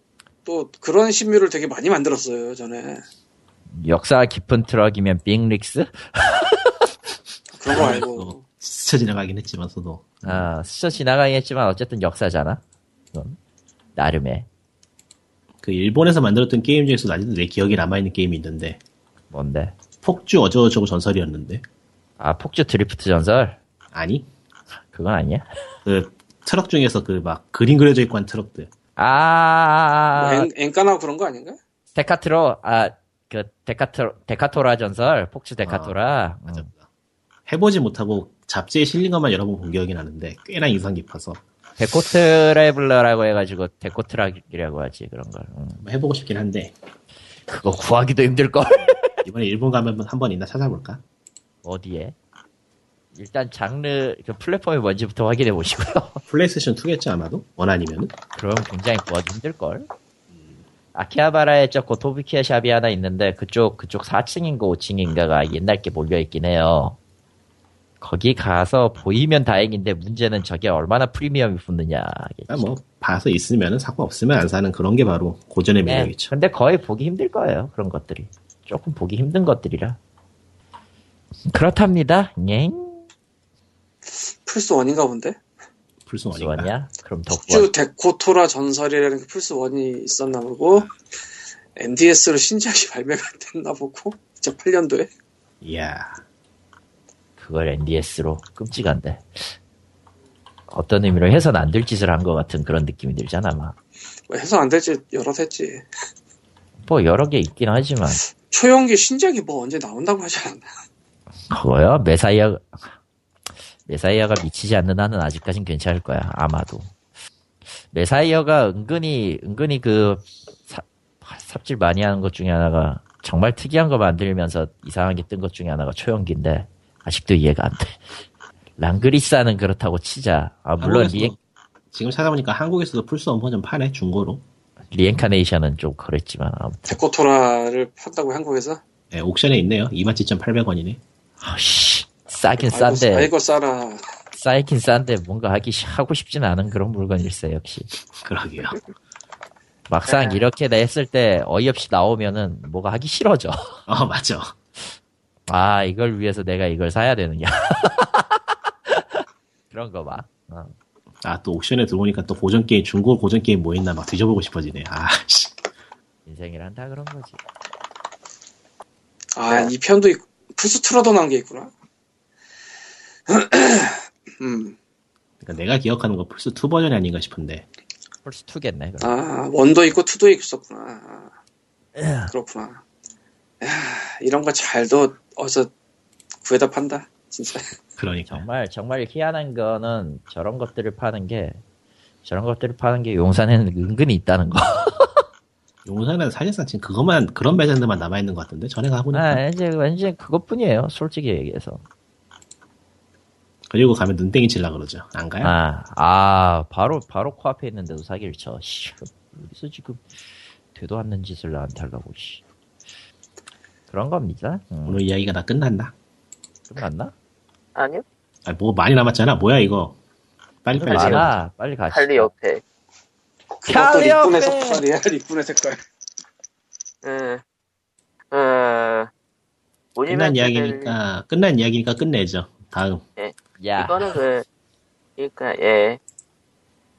또 그런 신묘를 되게 많이 만들었어요 전에
역사 깊은 트럭이면 빅릭스?
그런 거
어,
알고
스쳐 지나가긴 했지만서도
아, 스쳐 지나가긴 했지만 어쨌든 역사잖아. 이건. 나름의.
그 일본에서 만들었던 게임 중에서 아직도 내 기억에 남아있는 게임이 있는데
뭔데?
폭주 어저저고 전설이었는데
아, 폭주 드리프트 전설?
아니
그건 아니야?
그 트럭 중에서 그 막 그림 그려져 있고 한 트럭들
아,
뭐 엔, 깐하고 그런 거 아닌가?
데카트로, 아, 그, 데카트로, 데카토라 전설, 폭주 데카토라.
맞아.
음,
해보지 못하고 잡지에 실린 것만 여러 번 본 기억이 나는데 꽤나 인상 깊어서
데코트레블러라고 해가지고, 데코트락이라고 하지, 그런 걸. 음.
한번 해보고 싶긴 한데
그거 구하기도 힘들걸?
이번에 일본 가면 한번 있나 찾아볼까?
어디에? 일단 장르, 그 플랫폼이 뭔지부터 확인해 보시고요.
플레이스테이션 2겠지 아마도? 원 아니면 은
그럼 굉장히 구하기 힘들걸? 음. 아키하바라에 저 고토비키아 샵이 하나 있는데, 그쪽, 그쪽 4층인가 5층인가가 옛날 게 몰려있긴 해요. 거기 가서 보이면 다행인데, 문제는 저게 얼마나 프리미엄이 붙느냐.
뭐 봐서 있으면 사고 없으면 안 사는 그런 게 바로 고전의
네,
매력이죠
근데 거의 보기 힘들 거예요. 그런 것들이. 조금 보기 힘든 것들이라. 그렇답니다. 예.
플스 1인가 본데?
풀송
무슨
아닌가?
원이야? 그럼 더 구하.
폭주 데코토라 전설이라는 게 플스 1이 있었나 보고 MDS로 신작이 발매가 됐나 보고 2008년도에
이야
그걸 NDS로 끔찍한데 어떤 의미로 해선 안 될 짓을 한 것 같은 그런 느낌이 들잖아 막.
뭐 해서 안 될지 여러 했지
뭐 여러 개 있긴 하지만
초영기 신작이 뭐 언제 나온다고 하지 않나
그거요 메사이아 메사이아가 미치지 않는 한은 아직까진 괜찮을 거야 아마도 메사이아가 은근히 은근히 그 삽- 삽질 많이 하는 것 중에 하나가 정말 특이한 거 만들면서 이상하게 뜬 것 중에 하나가 초연기인데 아직도 이해가 안돼 랑그리스는 그렇다고 치자 아 물론
한국에서도-
리에,
지금 찾아보니까 한국에서도 풀스원 버전 파네 중고로
리엔카네이션은 좀 그랬지만 아무튼 뭐,
데코토라를 판다고 한국에서?
예, 옥션에 있네요 27,800원이네
아씨 싸긴
아이고,
예, 싼데
아이고 싸라
싸이긴 싼데 뭔가 하기 시- 하고 싶진 않은 그런 물건일세 역시
그러게요
막상 이렇게 다 했을 때 어이없이 나오면은 뭐가 하기 싫어져
어 맞죠
아 이걸 위해서 내가 이걸 사야 되느냐 그런 거막 어.
아 또 옥션에 들어오니까 또 고전 게임 중고 고전 게임 뭐 있나 막 뒤져보고 싶어지네 아씨
인생이란 다 그런 거지
아, 이 편도 있고, 플스 틀어도 난 게 있구나. 음,
그러니까 내가 기억하는 거 플스 2 버전이 아닌가 싶은데
플스 2겠네 그럼.
아, 원도 있고, 투도 있었구나. 아, 그렇구나. 야, 이런 거 잘도 어서 구해다 판다. 진짜.
그러니까
정말 정말 희한한 거는 저런 것들을 파는 게 저런 것들을 파는 게 용산에는 은근히 있다는 거
용산은 사실상 지금 그것만 그런 매장들만 남아 있는 것 같은데 전에 가보니까
예.
아, 이제 왠지 그것뿐이에요. 솔직히 얘기해서.
그리고 가면 눈땡이 칠라 그러죠 안 가요?
아, 아, 바로, 바로 코앞에 있는데도 사기를 쳐. 씨, 여기서 지금 되도 않는 짓을 나한테 하려고, 씨. 그런 겁니다. 음,
오늘 이야기가 다 끝났나?
끝났나?
아니요?
아, 뭐 많이 남았잖아. 뭐야 이거? 빨리빨리
많아.
생각.
많아. 빨리 가시.
할리 옆에.
그것도
야, 옆에.
리꾼의 색깔이야, 리꾼의 색깔.
응. 어,
끝난
모니멘트 밸리-
이야기니까 끝난 이야기니까 끝내죠. 다음.
야.
이거는 그, 그러니까 예,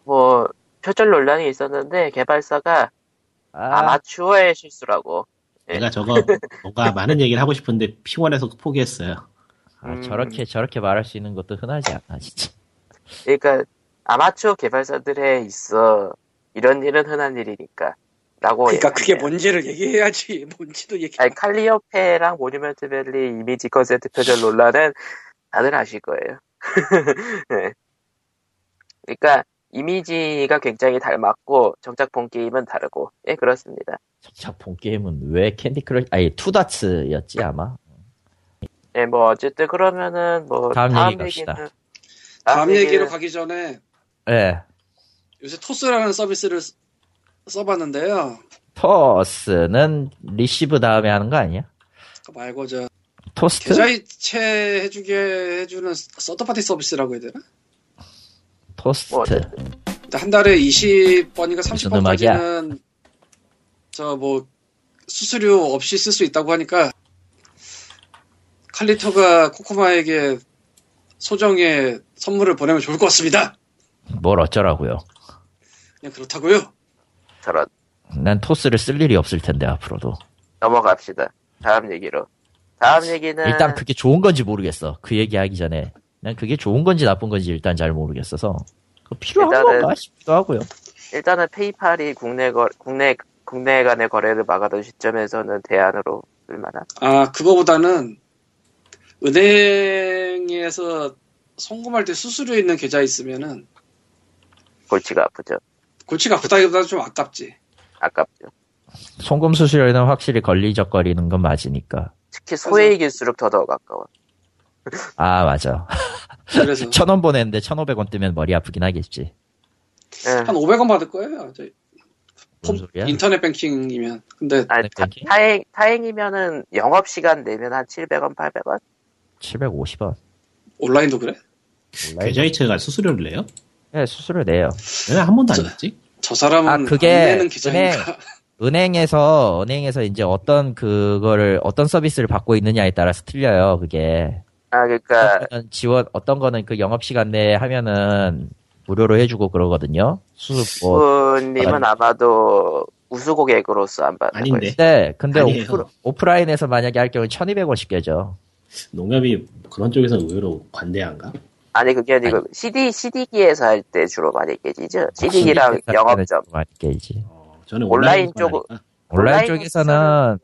뭐 표절 논란이 있었는데 개발사가 아. 마추어의 실수라고. 예.
내가 저거 뭔가 많은 얘기를 하고 싶은데 피곤해서 포기했어요.
아,
음.
저렇게 저렇게 말할 수 있는 것도 흔하지 않아 진짜.
그러니까 아마추어 개발사들에 있어 이런 일은 흔한 일이니까라고.
그러니까
얘기하네요.
그게 뭔지를 얘기해야지. 뭔지도 얘기.
아니, 칼리오페랑 모니멘트 밸리 이미지 컨셉트 표절 논란은 다들 아실 거예요. 예. 그러니까 이미지가 굉장히 닮았고 정작본 게임은 다르고 예 그렇습니다.
정작 본 게임은 왜 캔디 크러쉬 아니 투다츠였지 아마.
예, 뭐 어쨌든 그러면은 뭐
다음
다음,
얘기 갑시다.
얘기는-
다음 얘기로
얘기는-
가기 전에
예.
요새 토스라는 서비스를 쓰- 써봤는데요.
토스는 리시브 다음에 하는 거 아니야?
그 말고 저
토스트?
계좌이체 해주게 해주는 서드파티 서비스라고 해야 되나?
토스트.
뭐,
근데 한 달에 20번인가
무슨 음악이야?
30번까지는 저 뭐 수수료 없이 쓸 수 있다고 하니까 칼리토가 코코마에게 소정의 선물을 보내면 좋을 것 같습니다.
뭐,
뭘 어쩌라고요?
그냥 그렇다고요.
저런
난 토스를 쓸 일이 없을 텐데 앞으로도.
넘어갑시다. 다음 얘기로. 다음 얘기는
일단 그게 좋은 건지 모르겠어. 그 얘기하기 전에 난 그게 좋은 건지 나쁜 건지 일단 잘 모르겠어서 그거 필요한
일단은-
건가 싶기도 하고요.
일단은 페이팔이 국내 거 국내 국내 간의 거래를 막아둔 시점에서는 대안으로 쓸만한.
아 그거보다는 은행에서 송금할 때 수수료 있는 계좌 있으면은
골치가 아프죠.
골치가 아프다기보다 좀 아깝지.
아깝죠.
송금 수수료는 확실히 걸리적거리는 건 맞으니까.
특히 소액일수록 더더욱 아까워.
아 맞아.
그래서
음.
천 원 보냈는데 천오백 원 뜨면 머리 아프긴 하겠지.
예.
한 500원 받을 거예요. 저
음.
뭔
폰-
소리야?
인터넷 뱅킹이면. 근데
아니, 타,
네, 땡땡.
행이면은 영업시간 내면 한 700원, 800원?
750원.
온라인도 그래?
계좌이체가 수수료를 내요?
예, 수수료 내요.
내가 한 번도 안 냈지?
저 사람은
아, 그게
안 내는 기자인가?
은행에서 은행에서 이제 어떤 그거를 어떤 서비스를 받고 있느냐에 따라서 틀려요. 그게
아,
어떤
그러니까
거는 지원 어떤 거는 그 영업 시간 내에 하면은 무료로 해주고 그러거든요. 수습 뭐
분님은 아마도 우수고객으로서 안 받는
아닌데.
네.
거예요.
네, 근데 근데
아니에요.
오프, 오프라인에서 만약에 할 경우 1200원씩 깨죠.
농협이 그런 쪽에서 의외로 관대한가?
아니 그게 아니고 CD CD기에서 할 때 주로 많이
아,
깨지죠. CD기랑 영업점.
많이 깨지.
어, 저는
온라인
온라인 쪽으로
쪽으로-
하니까
온라인
온라인
쪽에서는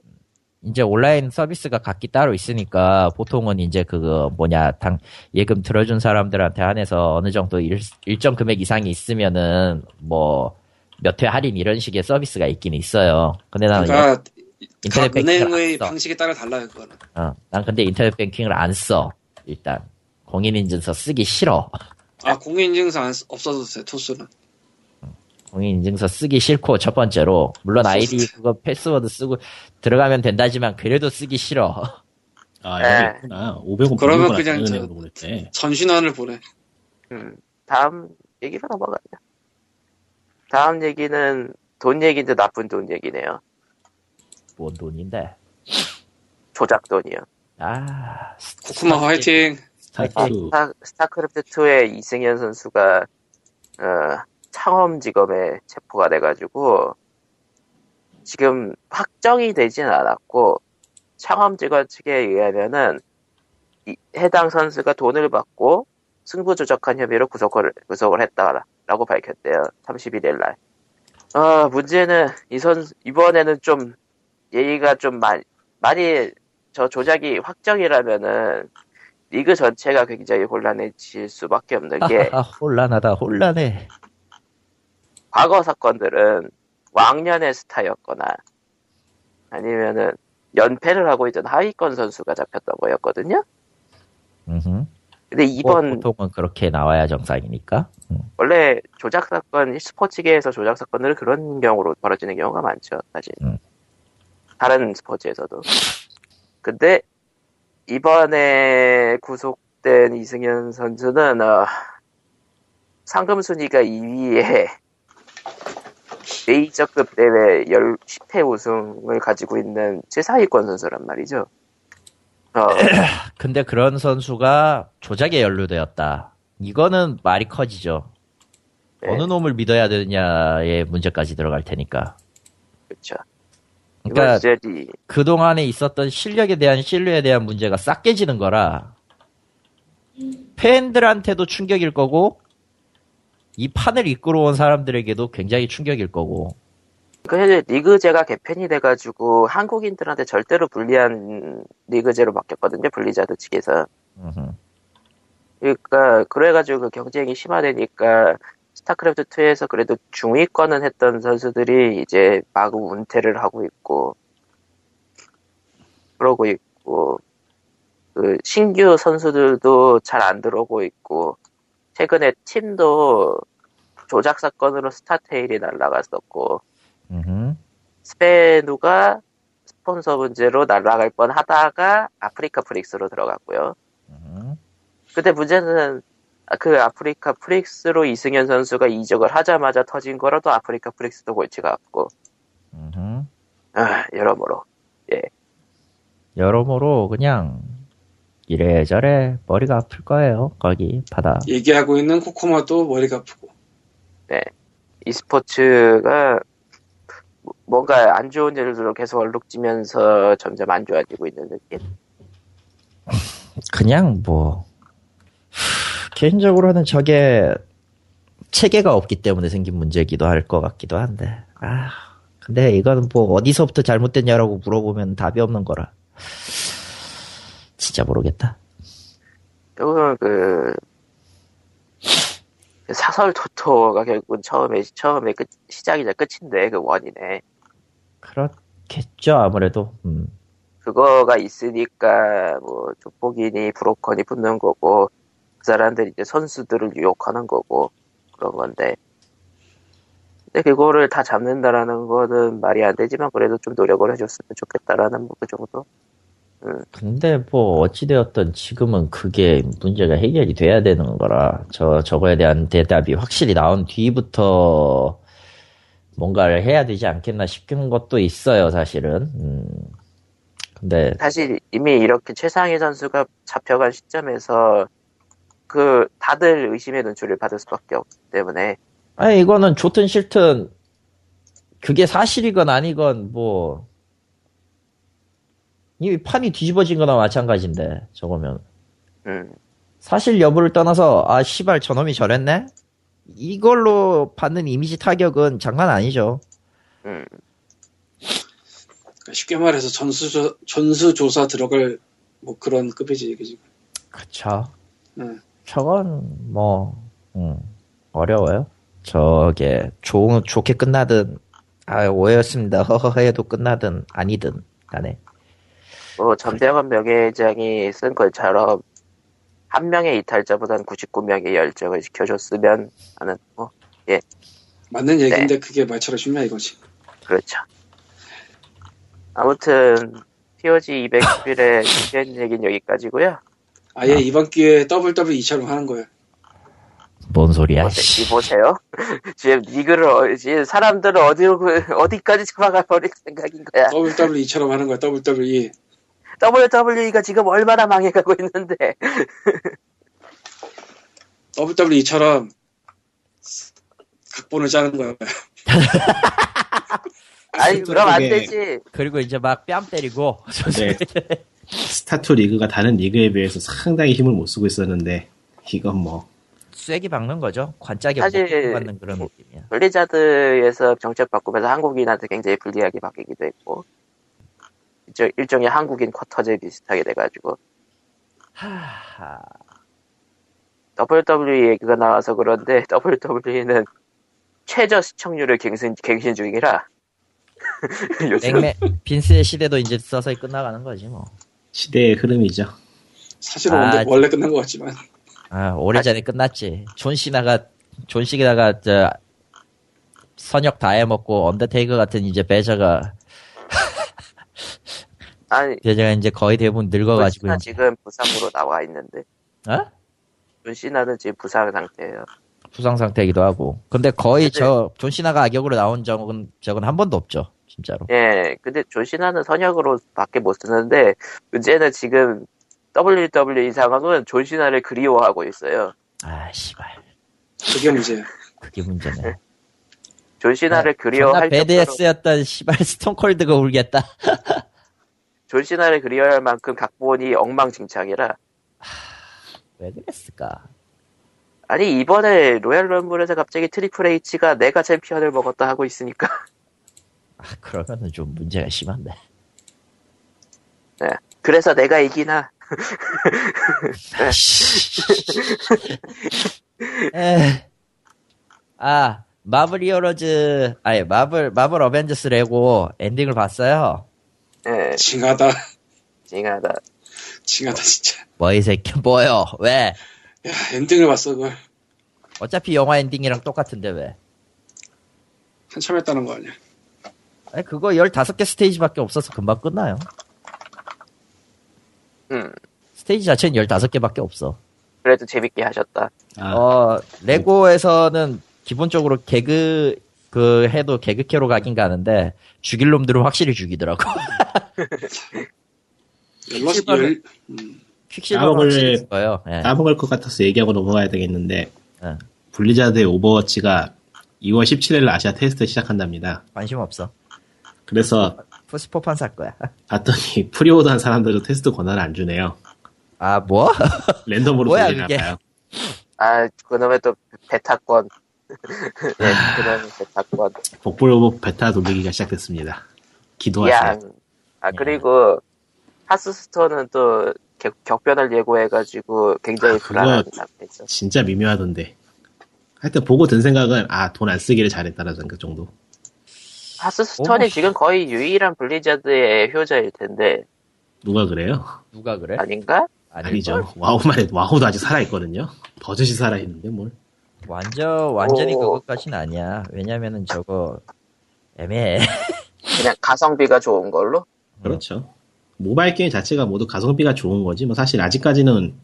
이제 온라인 서비스가 각기 따로 있으니까 보통은 이제 그거 뭐냐 당 예금 들어준 사람들한테 한해서 어느 정도 일, 일정 금액 이상이 있으면은 뭐 몇 회 할인 이런 식의 서비스가 있긴 있어요. 근데 나는
그러니까
아, 예. 인터넷 아.
각
뱅킹을
은행의
안 써.
방식에 따라 달라요 그거는.
어, 난 근데 인터넷 뱅킹을 안 써. 일단 공인인증서 쓰기 싫어.
아 공인인증서 안 쓰- 없어도 돼 토스는.
공인인증서 쓰기 싫고 첫 번째로 물론 아이디 그거 패스워드 쓰고 들어가면 된다지만 그래도 쓰기 싫어.
아
네.
여기 있구나. 500원
그러면
그러면
그냥
그냥
저-
은행으로 보낼 때
전신환을 보내.
음, 다음 얘기로 넘어가죠. 다음 얘기는 돈 얘기인데 나쁜 돈 얘기네요.
뭔 돈인데?
조작 돈이요.
아 스-
코쿠마 화이팅.
스타트
아,
스타, 스타크래프트 2의 이승현 선수가 어, 창엄지검에 체포가 돼가지고 지금 확정이 되진 않았고 창엄지검 측에 의하면은 이- 해당 선수가 돈을 받고 승부 조작한 혐의로 구속을 구속을 했다라고 밝혔대요. 31일 날. 아 문제는 이선 이번에는 좀 예의가 좀 많이 많이 저 조작이 확정이라면은 리그 전체가 굉장히 혼란해질 수밖에 없는 게
하하하, 혼란하다 혼란해.
과거 사건들은 왕년의 스타였거나 아니면은 연패를 하고 있던 하위권 선수가 잡혔던 거였거든요.
음흠.
근데 이번
뭐, 보통은 그렇게 나와야 정상이니까. 음.
원래 조작 사건 스포츠계에서 조작 사건들은 그런 경우로 벌어지는 경우가 많죠 사실
음.
다른 스포츠에서도 근데 이번에 구속 된 이승현 선수는 어, 상금 순위가 2위에 메이저급 대회 10회 우승을 가지고 있는 최상위권 선수란 말이죠. 어,
아, 근데 그런 선수가 조작에 연루되었다. 이거는 말이 커지죠.
네.
어느 놈을 믿어야 되느냐의 문제까지 들어갈 테니까.
그렇죠. 이건
그러니까
이제 이-
그동안에 있었던 실력에 대한 신뢰에 대한 문제가 싹 깨지는 거라 팬들한테도 충격일 거고 이 판을 이끌어온 사람들에게도 굉장히 충격일 거고
그 리그제가 개편이 돼가지고 한국인들한테 절대로 불리한 리그제로 바뀌었거든요 분리자드 측에서
음흠.
그러니까 그래가지고 그 경쟁이 심화되니까 스타크래프트 2에서 그래도 중위권은 했던 선수들이 이제 마구 은퇴를 하고 있고 그러고 있고 그 신규 선수들도 잘 안 들어오고 있고 최근에 팀도 조작 사건으로 스타테일이 날라갔었고
음흠.
스페누가 스폰서 문제로 날아갈 뻔 하다가 아프리카 프릭스로 들어갔고요. 근데 문제는 아, 그 아프리카 프릭스로 이승현 선수가 이적을 하자마자 터진 거라도 아프리카 프릭스도 골치가 아프고,
음흠.
아, 여러모로.
여러모로 그냥 이래저래 머리가 아플 거예요 거기 바다
얘기하고 있는 코코마도 머리가 아프고.
e스포츠가 뭐- 뭔가 안 좋은 일들로 계속 얼룩지면서 점점 안 좋아지고 있는 느낌.
그냥 뭐 하, 개인적으로는 저게 체계가 없기 때문에 생긴 문제이기도 할 것 같기도 한데 아 근데 이건 뭐 어디서부터 잘못됐냐라고 물어보면 답이 없는 거라 진짜 모르겠다
결국은 그 사설 토토가 결국은 처음에 처음에 끝 시작이자 끝인데 그 원인에
그렇겠죠 아무래도 음.
그거가 있으니까 뭐 조폭이니 브로커니 붙는 거고 그 사람들이 이제 선수들을 유혹하는 거고 그런 건데 근데 그거를 다 잡는다라는 거는 말이 안 되지만 그래도 좀 노력을 해줬으면 좋겠다라는 그 정도
근데 뭐 어찌되었든 지금은 그게 문제가 해결이 돼야 되는 거라 저 저거에 대한 대답이 확실히 나온 뒤부터 뭔가를 해야 되지 않겠나 싶은 것도 있어요 사실은 음. 근데
사실 이미 이렇게 최상위 선수가 잡혀간 시점에서 그 다들 의심의 눈초리를 받을 수밖에 없기 때문에
아니 이거는 좋든 싫든 그게 사실이건 아니건 뭐 이미 판이 뒤집어진 거나 마찬가지인데 저거면
음,
사실 여부를 떠나서 아 씨발 저놈이 저랬네 이걸로 받는 이미지 타격은 장난 아니죠.
음.
그러니까 쉽게 말해서 전수조, 전수조사 들어갈 뭐 그런 급이지, 이게 지금.
그쵸.
음.
저건 뭐 음, 어려워요. 저게 좋은 좋게 끝나든 아 오해였습니다 허허허해도 끝나든 아니든 간에
뭐 전병헌 명예회장이 쓴 글처럼 한 명의 이탈자보단 99명의 열정을 지켜줬으면 하는 뭐
네.
맞는 얘기인데 그게 말처럼 쉽냐 이거지.
그렇죠. 아무튼 POG 211의 준비한 얘기는 여기까지고요.
아예 이번 기회에 더블 더블 2차로 하는 거야.
뭔 소리야?
어때? 네, 이 보세요. 지금 니그를 어- 지금 사람들을 어디로 그- 어디까지 잡아가 버릴 생각인
네.
거야.
더블 더블 2차로 하는 거야. E. 더블 더블 2.
WWE가 지금 얼마나 망해가고 있는데
더블 더블 2처럼 각본을 짜는 거야.
아니 그럼 안
그게-
되지.
그리고 이제 막 뺨 때리고
네. 스타투 리그가 다른 리그에 비해서 상당히 힘을 못 쓰고 있었는데 이건 뭐
쐐기 박는 거죠. 관짝에
사실-
못 박는 그런 느낌이야.
블리자드에서 정책 바꾸면서 한국인한테 굉장히 불리하게 바뀌기도 했고 일종, 일종의 한국인 쿼터제 비슷하게 돼가지고
하...
WWE 얘기가 나와서 그런데 WWE는 최저 시청률을 갱신, 갱신 중이라 요즘
냉매 빈스의 시대도 이제 서서히 끝나가는 거지 뭐.
시대의 흐름이죠.
사실은
아,
원래,
진-
원래 끝난 것 같지만
아 오래전에 끝났지. 존 시나가 존 시나가 저 선역 다 해먹고 언더테이커 같은 이제 배저가
아니
배저가 이제 거의 대부분 늙어가지고
나
이제
지금 부상으로 나와 있는데
어?
불신하든지 부상 상태예요.
부상 상태이기도 하고. 근데 거의
근데-
저 존시나가 악역으로 나온 적은 적은 한 번도 없죠. 진짜로.
예, 근데 존신하는 선역으로밖에 못 쓰는데 문제는 지금 WWE 상황은 존신하를 그리워하고 있어요.
아 씨발.
그게 문제야.
그게 문제네.
존신하를
존나
그리워할 정도로
배드에스였던 씨발 스톤콜드가 울겠다.
존신하를 그리워할 만큼 각본이 엉망진창이라
왜 그랬을까?
아니 이번에 로얄 럼블에서 갑자기 트리플 H가 내가 챔피언을 먹었다 하고 있으니까
아 그러면은 좀 문제가 심한데.
네. 그래서 내가 이기나
에. 아 마블 히어로즈 아니 마블 마블 어벤져스 레고 엔딩을 봤어요.
예,
징하다.
징하다
징하다 진짜.
뭐 이 새끼 뭐요? 왜?
야 엔딩을 봤어 그걸.
어차피 영화 엔딩이랑 똑같은데 왜?
한참 했다는 거 아니야.
아니, 그거 15개 스테이지밖에 없어서 금방 끝나요.
음,
스테이지 자체는 15개밖에 없어.
그래도 재밌게 하셨다
아,
어, 레고에서는 기본적으로 개그, 그, 해도 개그캐로 가긴 가는데, 죽일 놈들은 확실히 죽이더라고.
열러
실버를-
열
퀵실버는 확실히
나무를-
죽어요. 예.
까먹을 것 같아서 얘기하고 넘어가야 되겠는데
예.
블리자드의 오버워치가 2월 17일 아시아 테스트 시작한답니다.
관심 없어. 어.
그래서
포스포판 살 거야.
봤더니 프리오더한 사람들은 테스트 권한을 안 주네요.
아, 뭐?
랜덤으로
뭐야,
돌리나
그게?
봐요.
아 그놈의 또 베타권 예, 그런 베타권
복불복 베타 돌리기가 시작됐습니다. 기도하세요. 네.
양. 아 그리고 하스스톤은 또 격, 격변을 예고해가지고 굉장히 불안한
아, 그거-
상태죠.
진짜 미묘하던데. 하여튼 보고 든 생각은 아 돈 안 쓰기를 잘했다는 생각 정도.
하스스톤이
어머.
지금 거의 유일한 블리자드의 효자일 텐데
누가 그래요?
누가 그래?
아닌가?
아닐걸?
아니죠. 와우만에 와우도 아직 살아있거든요. 버젓이 살아있는데 뭘?
완전, 완전히
오.
그것까진 아니야. 왜냐면은 저거, 애매해.
그냥 가성비가 좋은 걸로?
그렇죠. 모바일 게임 자체가 모두 가성비가 좋은 거지. 뭐 사실 아직까지는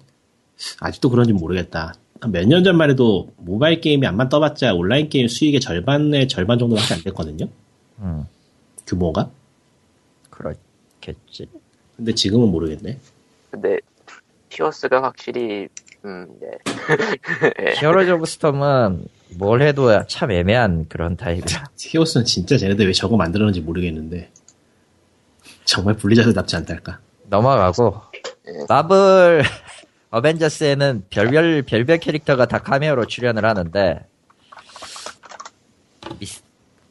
아직도 그런지 모르겠다. 몇 년 전만 해도 모바일 게임이 안만 떠봤자 온라인 게임 수익의 절반의 절반 정도밖에 안 됐거든요.
음,
규모가.
그렇겠지.
근데 지금은 모르겠네.
근데 피어스가 확실히 음, 네.
네. 히어로즈 오브 스톰은 뭘 해도 참 애매한 그런 타입이라.
히오스는 진짜 쟤네들 왜 저거 만들었는지 모르겠는데 정말 분리자드답지 않달까.
넘어가고
예.
마블 어벤져스에는 별별 별별 캐릭터가 다 카메오로 출연을 하는데 미스,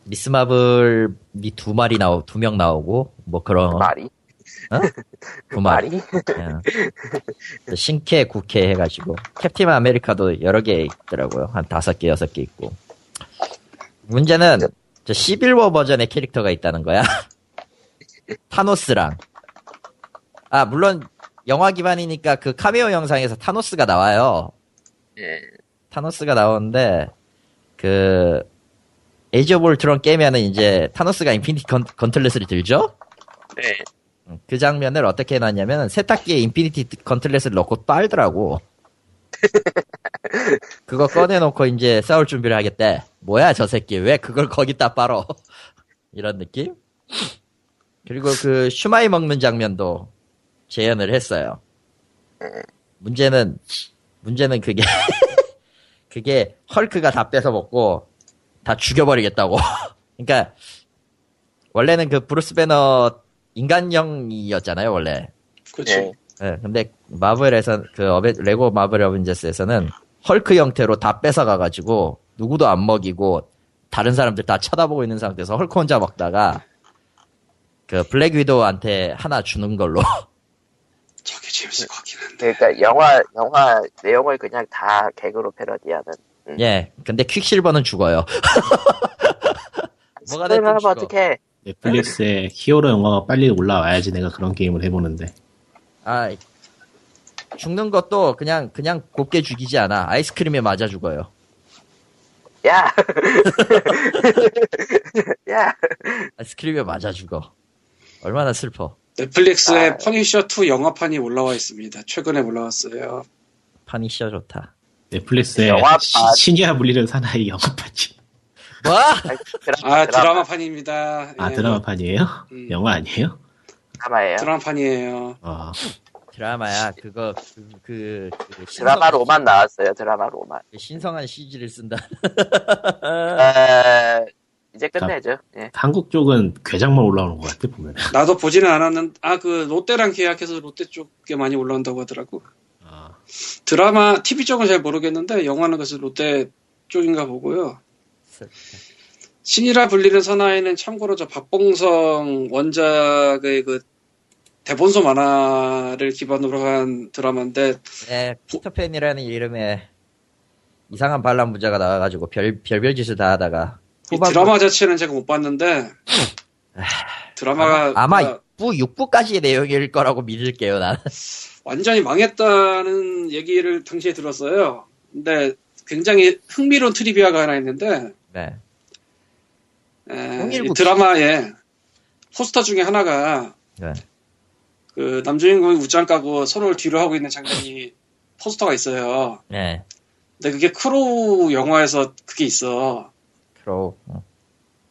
미스 마블 이두 마리 나오 두 명 나오고 뭐
어,
그런
말이
두 마리
말이
예. 신캐 국캐 해가지고 캡틴 아메리카도 여러 개 있더라고요 한 다섯 개 여섯 개 있고 문제는 저 시빌워 버전의 캐릭터가 있다는 거야 타노스랑 아 물론 영화 기반이니까 그 카메오 영상에서 타노스가 나와요
예.
타노스가 나오는데 그 에이지 오브 울트론 게임에는 이제 타노스가 인피니티 건, 건틀렛을 들죠
네.
음, 그 장면을 어떻게 해놨냐면 세탁기에 인피니티 건틀렛을 넣고 빨더라고. 그거 꺼내놓고 이제 싸울 준비를 하겠대. 뭐야 저 새끼 왜 그걸 거기다 빨어? 이런 느낌? 그리고 그 슈마이 먹는 장면도 재현을 했어요. 문제는 문제는 그게 그게 헐크가 다 뺏어 먹고 다 죽여버리겠다고. 그러니까 원래는 그 브루스 배너 인간형이었잖아요 원래.
그렇지.
예.
예, 근데 마블에서 그 어벤- 레고 마블 어벤져스에서는 헐크 형태로 다 뺏어가가지고 누구도 안 먹이고 다른 사람들 다 쳐다보고 있는 상태에서 헐크 혼자 먹다가 그 블랙 위도우한테 하나 주는 걸로
저게 재밌을 것 같긴 한데.
그러니까 영화 영화 내용을 그냥 다 개그로 패러디하는.
예 근데 퀵실버는 죽어요 뭐가 됐든
스포일러 하면
죽어.
어떻게?
넷플릭스에 히어로 영화가 빨리 올라와야지 내가 그런 게임을 해보는데
아 죽는 것도 그냥 그냥 곱게 죽이지 않아 아이스크림에 맞아 죽어요
야. 야.
아이스크림에 맞아 죽어 얼마나 슬퍼
넷플릭스에
아.
퍼니셔 2 영화판이 올라와 있습니다. 최근에 올라왔어요.
판이 시어 좋다.
넷플릭스에
영화판.
시- 신이야 물리는 사나이 영화판이.
뭐?
아 드라마판입니다.
아
네,
예,
드라마판이에요?
음.
영화 아니에요?
드라마예요.
드라마판이에요.
어,
드라마야. 그거 그, 그, 그
드라마로만 나왔어요. 드라마로만.
신성- 신성한 CG를 쓴다.
아. 어, 이제 끝내죠. 예.
한국 쪽은 괴장만 올라오는 것 같아 보면.
나도 보지는 않았는데 아 그 롯데랑 계약해서 롯데 쪽에 많이 올라온다고 하더라고.
어,
드라마 TV 쪽은 잘 모르겠는데 영화는 그래서 롯데 쪽인가 보고요. 신이라 불리는 사나이는 참고로 저 박봉성 원작의 그 대본소 만화를 기반으로 한 드라마인데
네, 피터팬이라는 이름의 이상한 반란 부자가 나와가지고 별, 별별 짓을 다 하다가
이
후반부-
드라마 자체는 제가 못 봤는데 드라마가
아마
그러니까
6부, 6부까지의 내용일 거라고 믿을게요, 나는.
완전히 망했다는 얘기를 당시에 들었어요. 근데 굉장히 흥미로운 트리비아가 하나 있는데
네.
에,
홍일국
이 드라마의 포스터 중에 하나가
네.
그 남주인공이 웃장 까고 손을 뒤로 하고 있는 장면이 포스터가 있어요.
네.
근데 그게 크로우 영화에서 그게 있어.
크로우. 응.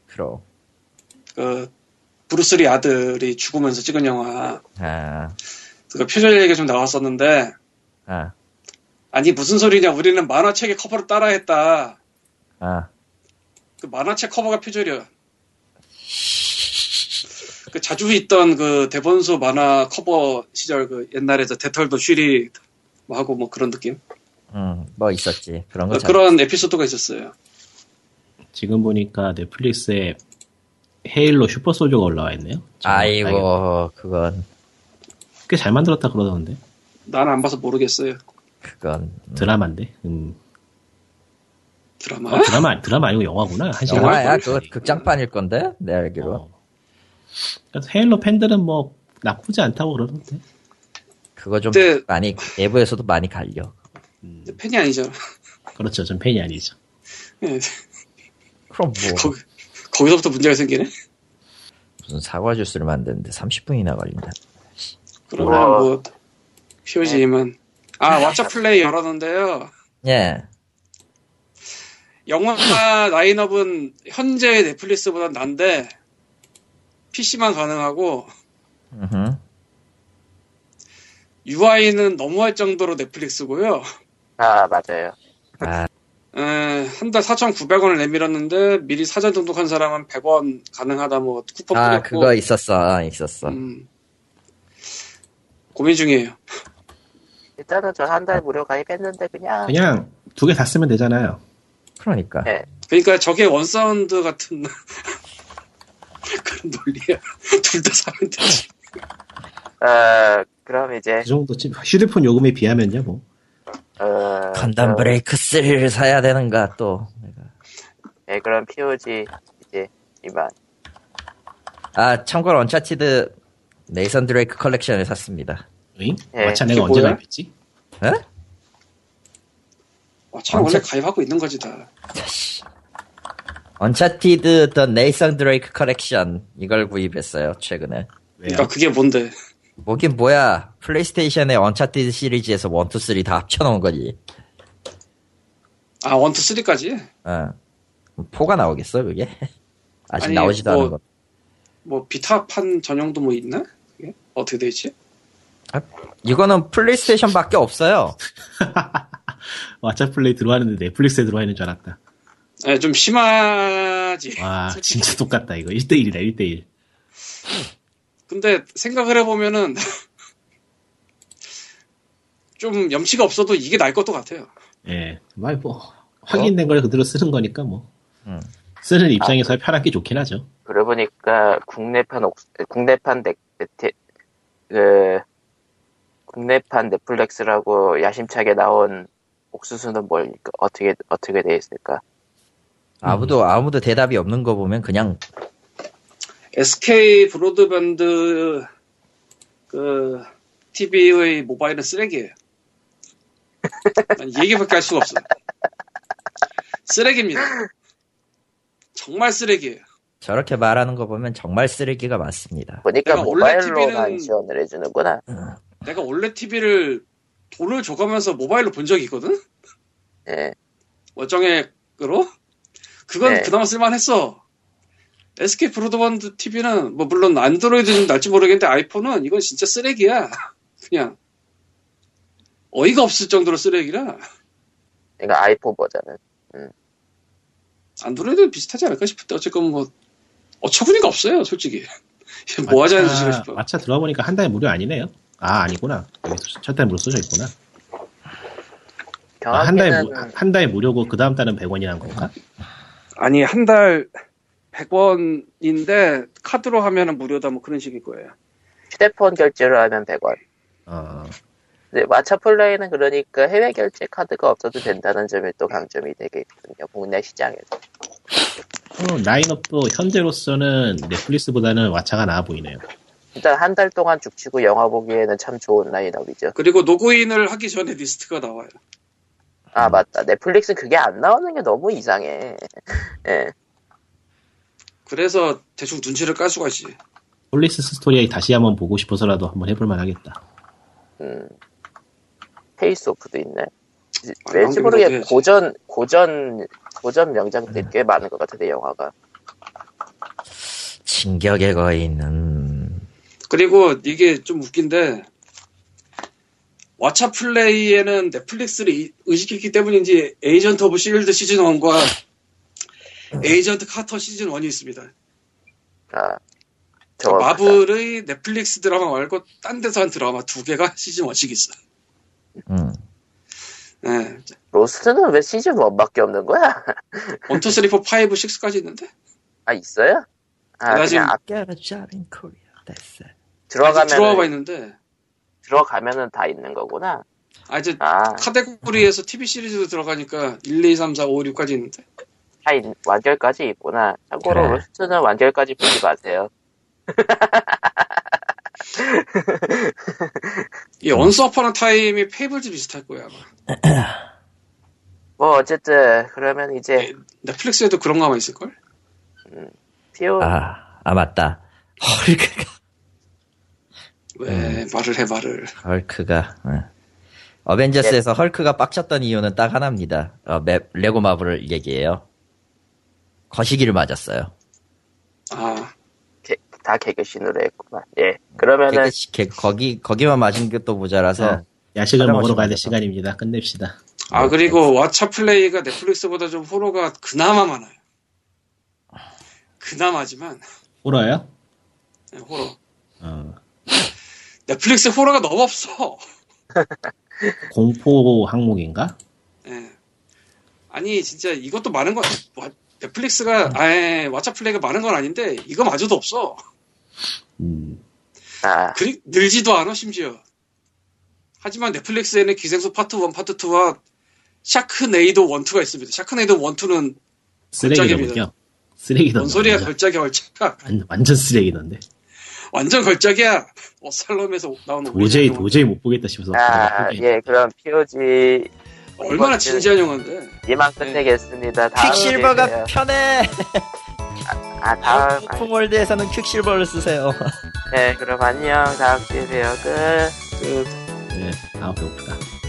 크로우.
그 브루스리 아들이 죽으면서 찍은 영화.
아,
그 표절 얘기가 좀 나왔었는데
아,
아니 무슨 소리냐 우리는 만화책의 커버를 따라했다.
아.
그 만화책 커버가 표절이야. 그 자주 있던 그 대본소 만화 커버 시절 그 옛날에 저 대털도 쉬리 뭐 하고 뭐 그런 느낌
음, 뭐 있었지. 그런 거
어,
잘.
그런 에피소드가 있었어요.
지금 보니까 넷플릭스에 헤일로 슈퍼 소조가 올라와 있네요.
아이고, 그건,
꽤잘 만들었다 그러던데
난 안 봐서 모르겠어요.
그건. 음,
드라마인데. 음.
드라마.
어, 드라마 드라마 아니고 영화구나. 한 시간
음.
어.
영화야.
반
그거
걸리네.
극장판일 건데? 내 알기로.
어. 그래서 헤일로 팬들은 뭐 나쁘지 않다고 그러던데.
그거 좀
근데-
많이, 내부에서도 많이 갈려.
음,
팬이 아니잖아.
그렇죠. 전 팬이 아니죠.
예.
그럼 뭐,
거기, 거기서부터 문제가 생기네.
무슨 사과 주스를 만드는데 30분이나 걸린다.
그러면
우와.
뭐 POG만 아 왓챠 플레이 열었는데요.
예.
영화 라인업은 현재 넷플릭스보다 난데 PC만 가능하고
음흠.
UI는 너무할 정도로 넷플릭스고요.
아, 맞아요.
한 달 4,900원을 내밀었는데 미리 사전 등록한 사람은 100원 가능하다 뭐 쿠폰
아,
뿌렸고
그거 있었어. 아, 있었어.
음, 고민 중이에요.
일단은 전 한 달 무료 가입했는데 그냥
그냥 두 개 다 쓰면 되잖아요.
그러니까.
예.
그러니까 저게 원사운드 같은 그런 논리야. 둘 다 사면 되지.
어, 그럼 이제
그 정도쯤 휴대폰 요금에 비하면요 뭐.
어, 그럼-
건담 브레이크 3를 사야 되는가, 또. 내가.
예, 그럼 POG 이제 이만.
아, 참고로 언차티드 네이선 드레이크 컬렉션을 샀습니다. 어?
응?
예.
마차 내가
그게
언제
뭐야?
가입했지?
에?
와, 아, 참 원래 가입하고 있는 거지 다.
언차티드 더 네이선 드레이크 컬렉션 이걸 구입했어요, 최근에.
왜요?
그러니까 그게 뭔데?
뭐긴 뭐야. 플레이스테이션의 언차티드 시리즈에서 1, 2, 3 다 합쳐놓은 거지.
아, 원투 쓰리까지?
어. 4가 나오겠어, 그게? 아직
아니,
나오지도
뭐-
않은 거.
뭐 비타판 전용도 뭐 있나? 그게? 어떻게 돼 있지?
아, 이거는 플레이스테이션 밖에 없어요.
그
왓챠 플레이 들어왔는데 넷플릭스에 들어와 있는 줄 알았다.
예, 좀 심하지.
와
아,
솔직히.
진짜 똑같다 이거 1대1이다 1대1
근데 생각을 해보면은 좀 염치가 없어도 이게 날 것도 같아요.
예. 말뭐
어?
확인된 걸 그대로 쓰는 거니까 뭐
음. 아.
쓰는 입장에서 편한 게 좋긴 하죠
그러고 보니까 국내판 옥, 국내판 넷, 넷, 그 국내판 넷플릭스라고 야심차게 나온 옥수수는 뭘까? 어떻게 어떻게 돼 있을까?
아무도, 아무도 대답이 없는 거 보면 그냥,
SK 브로드밴드 그 TV의 모바일은 쓰레기예요. 난이 얘기밖에 할 수가 없어. 쓰레기입니다. 정말 쓰레기예요.
저렇게 말하는 거 보면 정말 쓰레기가 많습니다.
보니까
내가 원래
모바일로만
TV 는-
지원을 해주는구나.
내가 원래 TV를 돈을 줘가면서 모바일로 본 적이 있거든?
예.
월정액으로? 그건
네.
그나마 쓸만했어. SK 브로드밴드 TV는, 뭐, 물론 안드로이드는 날지 모르겠는데 아이폰은 이건 진짜 쓰레기야. 그냥. 어이가 없을 정도로 쓰레기라.
그러니까 아이폰 버전은.
안드로이드는 비슷하지 않을까 싶은데, 어쨌건 뭐, 어처구니가 없어요, 솔직히. 뭐 하자는 짓이고 싶어.
마차 들어보니까 한 달 무료 아니네요. 아 아니구나. 여기 첫 달 무료 써져 있구나. 아, 한 달
정확히는
뭐-
한 달 무료고 그 다음 달은 100원이란 건가?
아니 한 달 100원인데 카드로 하면은 무료다 뭐 그런 식일 거예요.
휴대폰 결제를 하면 100원.
어,
네, 마차 플레이는 그러니까 해외 결제 카드가 없어도 된다는 점이 또 강점이 되겠군요. 국내 시장에서.
어, 라인업도 현재로서는 넷플릭스보다는 와차가 나아 보이네요.
일단 한 달 동안 죽치고 영화 보기에는 참 좋은 라인업이죠.
그리고 로그인을 하기 전에 리스트가 나와요.
아,
음.
맞다. 넷플릭스 그게 안 나오는 게 너무 이상해. 예.
그래서 대충 눈치를 깔 수가 있지.
폴리스 스토리에 다시 한번 보고 싶어서라도 한번 해볼만 하겠다.
음. 페이스오프도 있네.
아,
왠지
나오긴
모르게
나오긴 음.
고전, 고전, 고전 명작들이 꽤 많은 것 같은데, 영화가.
진격의 거인은
그리고 이게 좀 웃긴데 왓챠 플레이에는 넷플릭스를 이- 의식했기 때문인지 에이전트 오브 실드 시즌 1과 에이전트 카터 시즌 1이 있습니다.
아, 저거.
마블의 넷플릭스 드라마 말고 딴 데서 한 드라마 두 개가 시즌 1씩 있어.
음.
네.
로스트는 왜 시즌 1밖에 없는 거야?
1, 2, 3, 4, 5, 6까지 있는데
아, 있어요? 아,
나 지금
그냥 앞
아직
들어가면,
들어와 있는데
들어가면은 다 있는 거구나.
아 이제
아,
카테고리에서 TV 시리즈도 들어가니까 1, 2, 3, 4, 5, 6까지 있는데
다 있- 완결까지 있구나. 참고로
그래.
로스트는 완결까지 보지 마세요. 음.
이 언스 어퍼나 타임이 페이블즈 비슷할 거야 아마.
뭐, 어쨌든, 그러면
예.
이제,
넷플릭스에도 그런 거만 있을걸?
피오,
아, 아 맞다. 헐크가
왜 말을 해 말을
헐크가 응. 어벤져스에서 헐크가 빡쳤던 이유는 딱 하나입니다. 어, 맵, 레고 마블을 얘기해요. 거시기를 맞았어요.
아
개- 다 개그신으로 했구만. 예. 그러면은,
개그시- 개- 거기 거기만 맞은 것도 모자라서
네.
자, 야식을
화장실
먹으러 가야 될
가자.
시간입니다. 끝냅시다.
아 그리고 왓챠 플레이가 넷플릭스보다 좀 호러가 그나마 많아요. 그나마지만
호러요?
네, 호러.
어,
넷플릭스 호러가 너무 없어.
공포 항목인가?
예. 아니 진짜 이것도 많은 건 와- 넷플릭스가 아예 왓챠 플레이가 많은 건 아닌데 이거마저도 없어.
음,
아,
그리 늘지도 않아 심지어. 하지만 넷플릭스에는 기생수 파트 1, 파트 2와 샤크네이도 1, 2가 있습니다. 샤크네이도 1, 2는
쓰레기더군요. 쓰레기던데.
뭔 소리야
완전,
걸작이야 걸작.
완전 쓰레기던데. 완전
완전 걸작이야. 뭐 어살롬에서 나오는
도저히
오리지널 영화.
도저히 못 보겠다 싶어서.
아,
포기했다.
예, 그럼 POG
얼마나 진지한 영화인데.
이만 끝내겠습니다. 다음
퀵실버가
얘기예요.
편해.
아, 다음. 아,
오픈월드에서는 퀵실버를 쓰세요.
네, 그럼 안녕. 다음 주에 봬요. 끝.
예, 아 배고프다.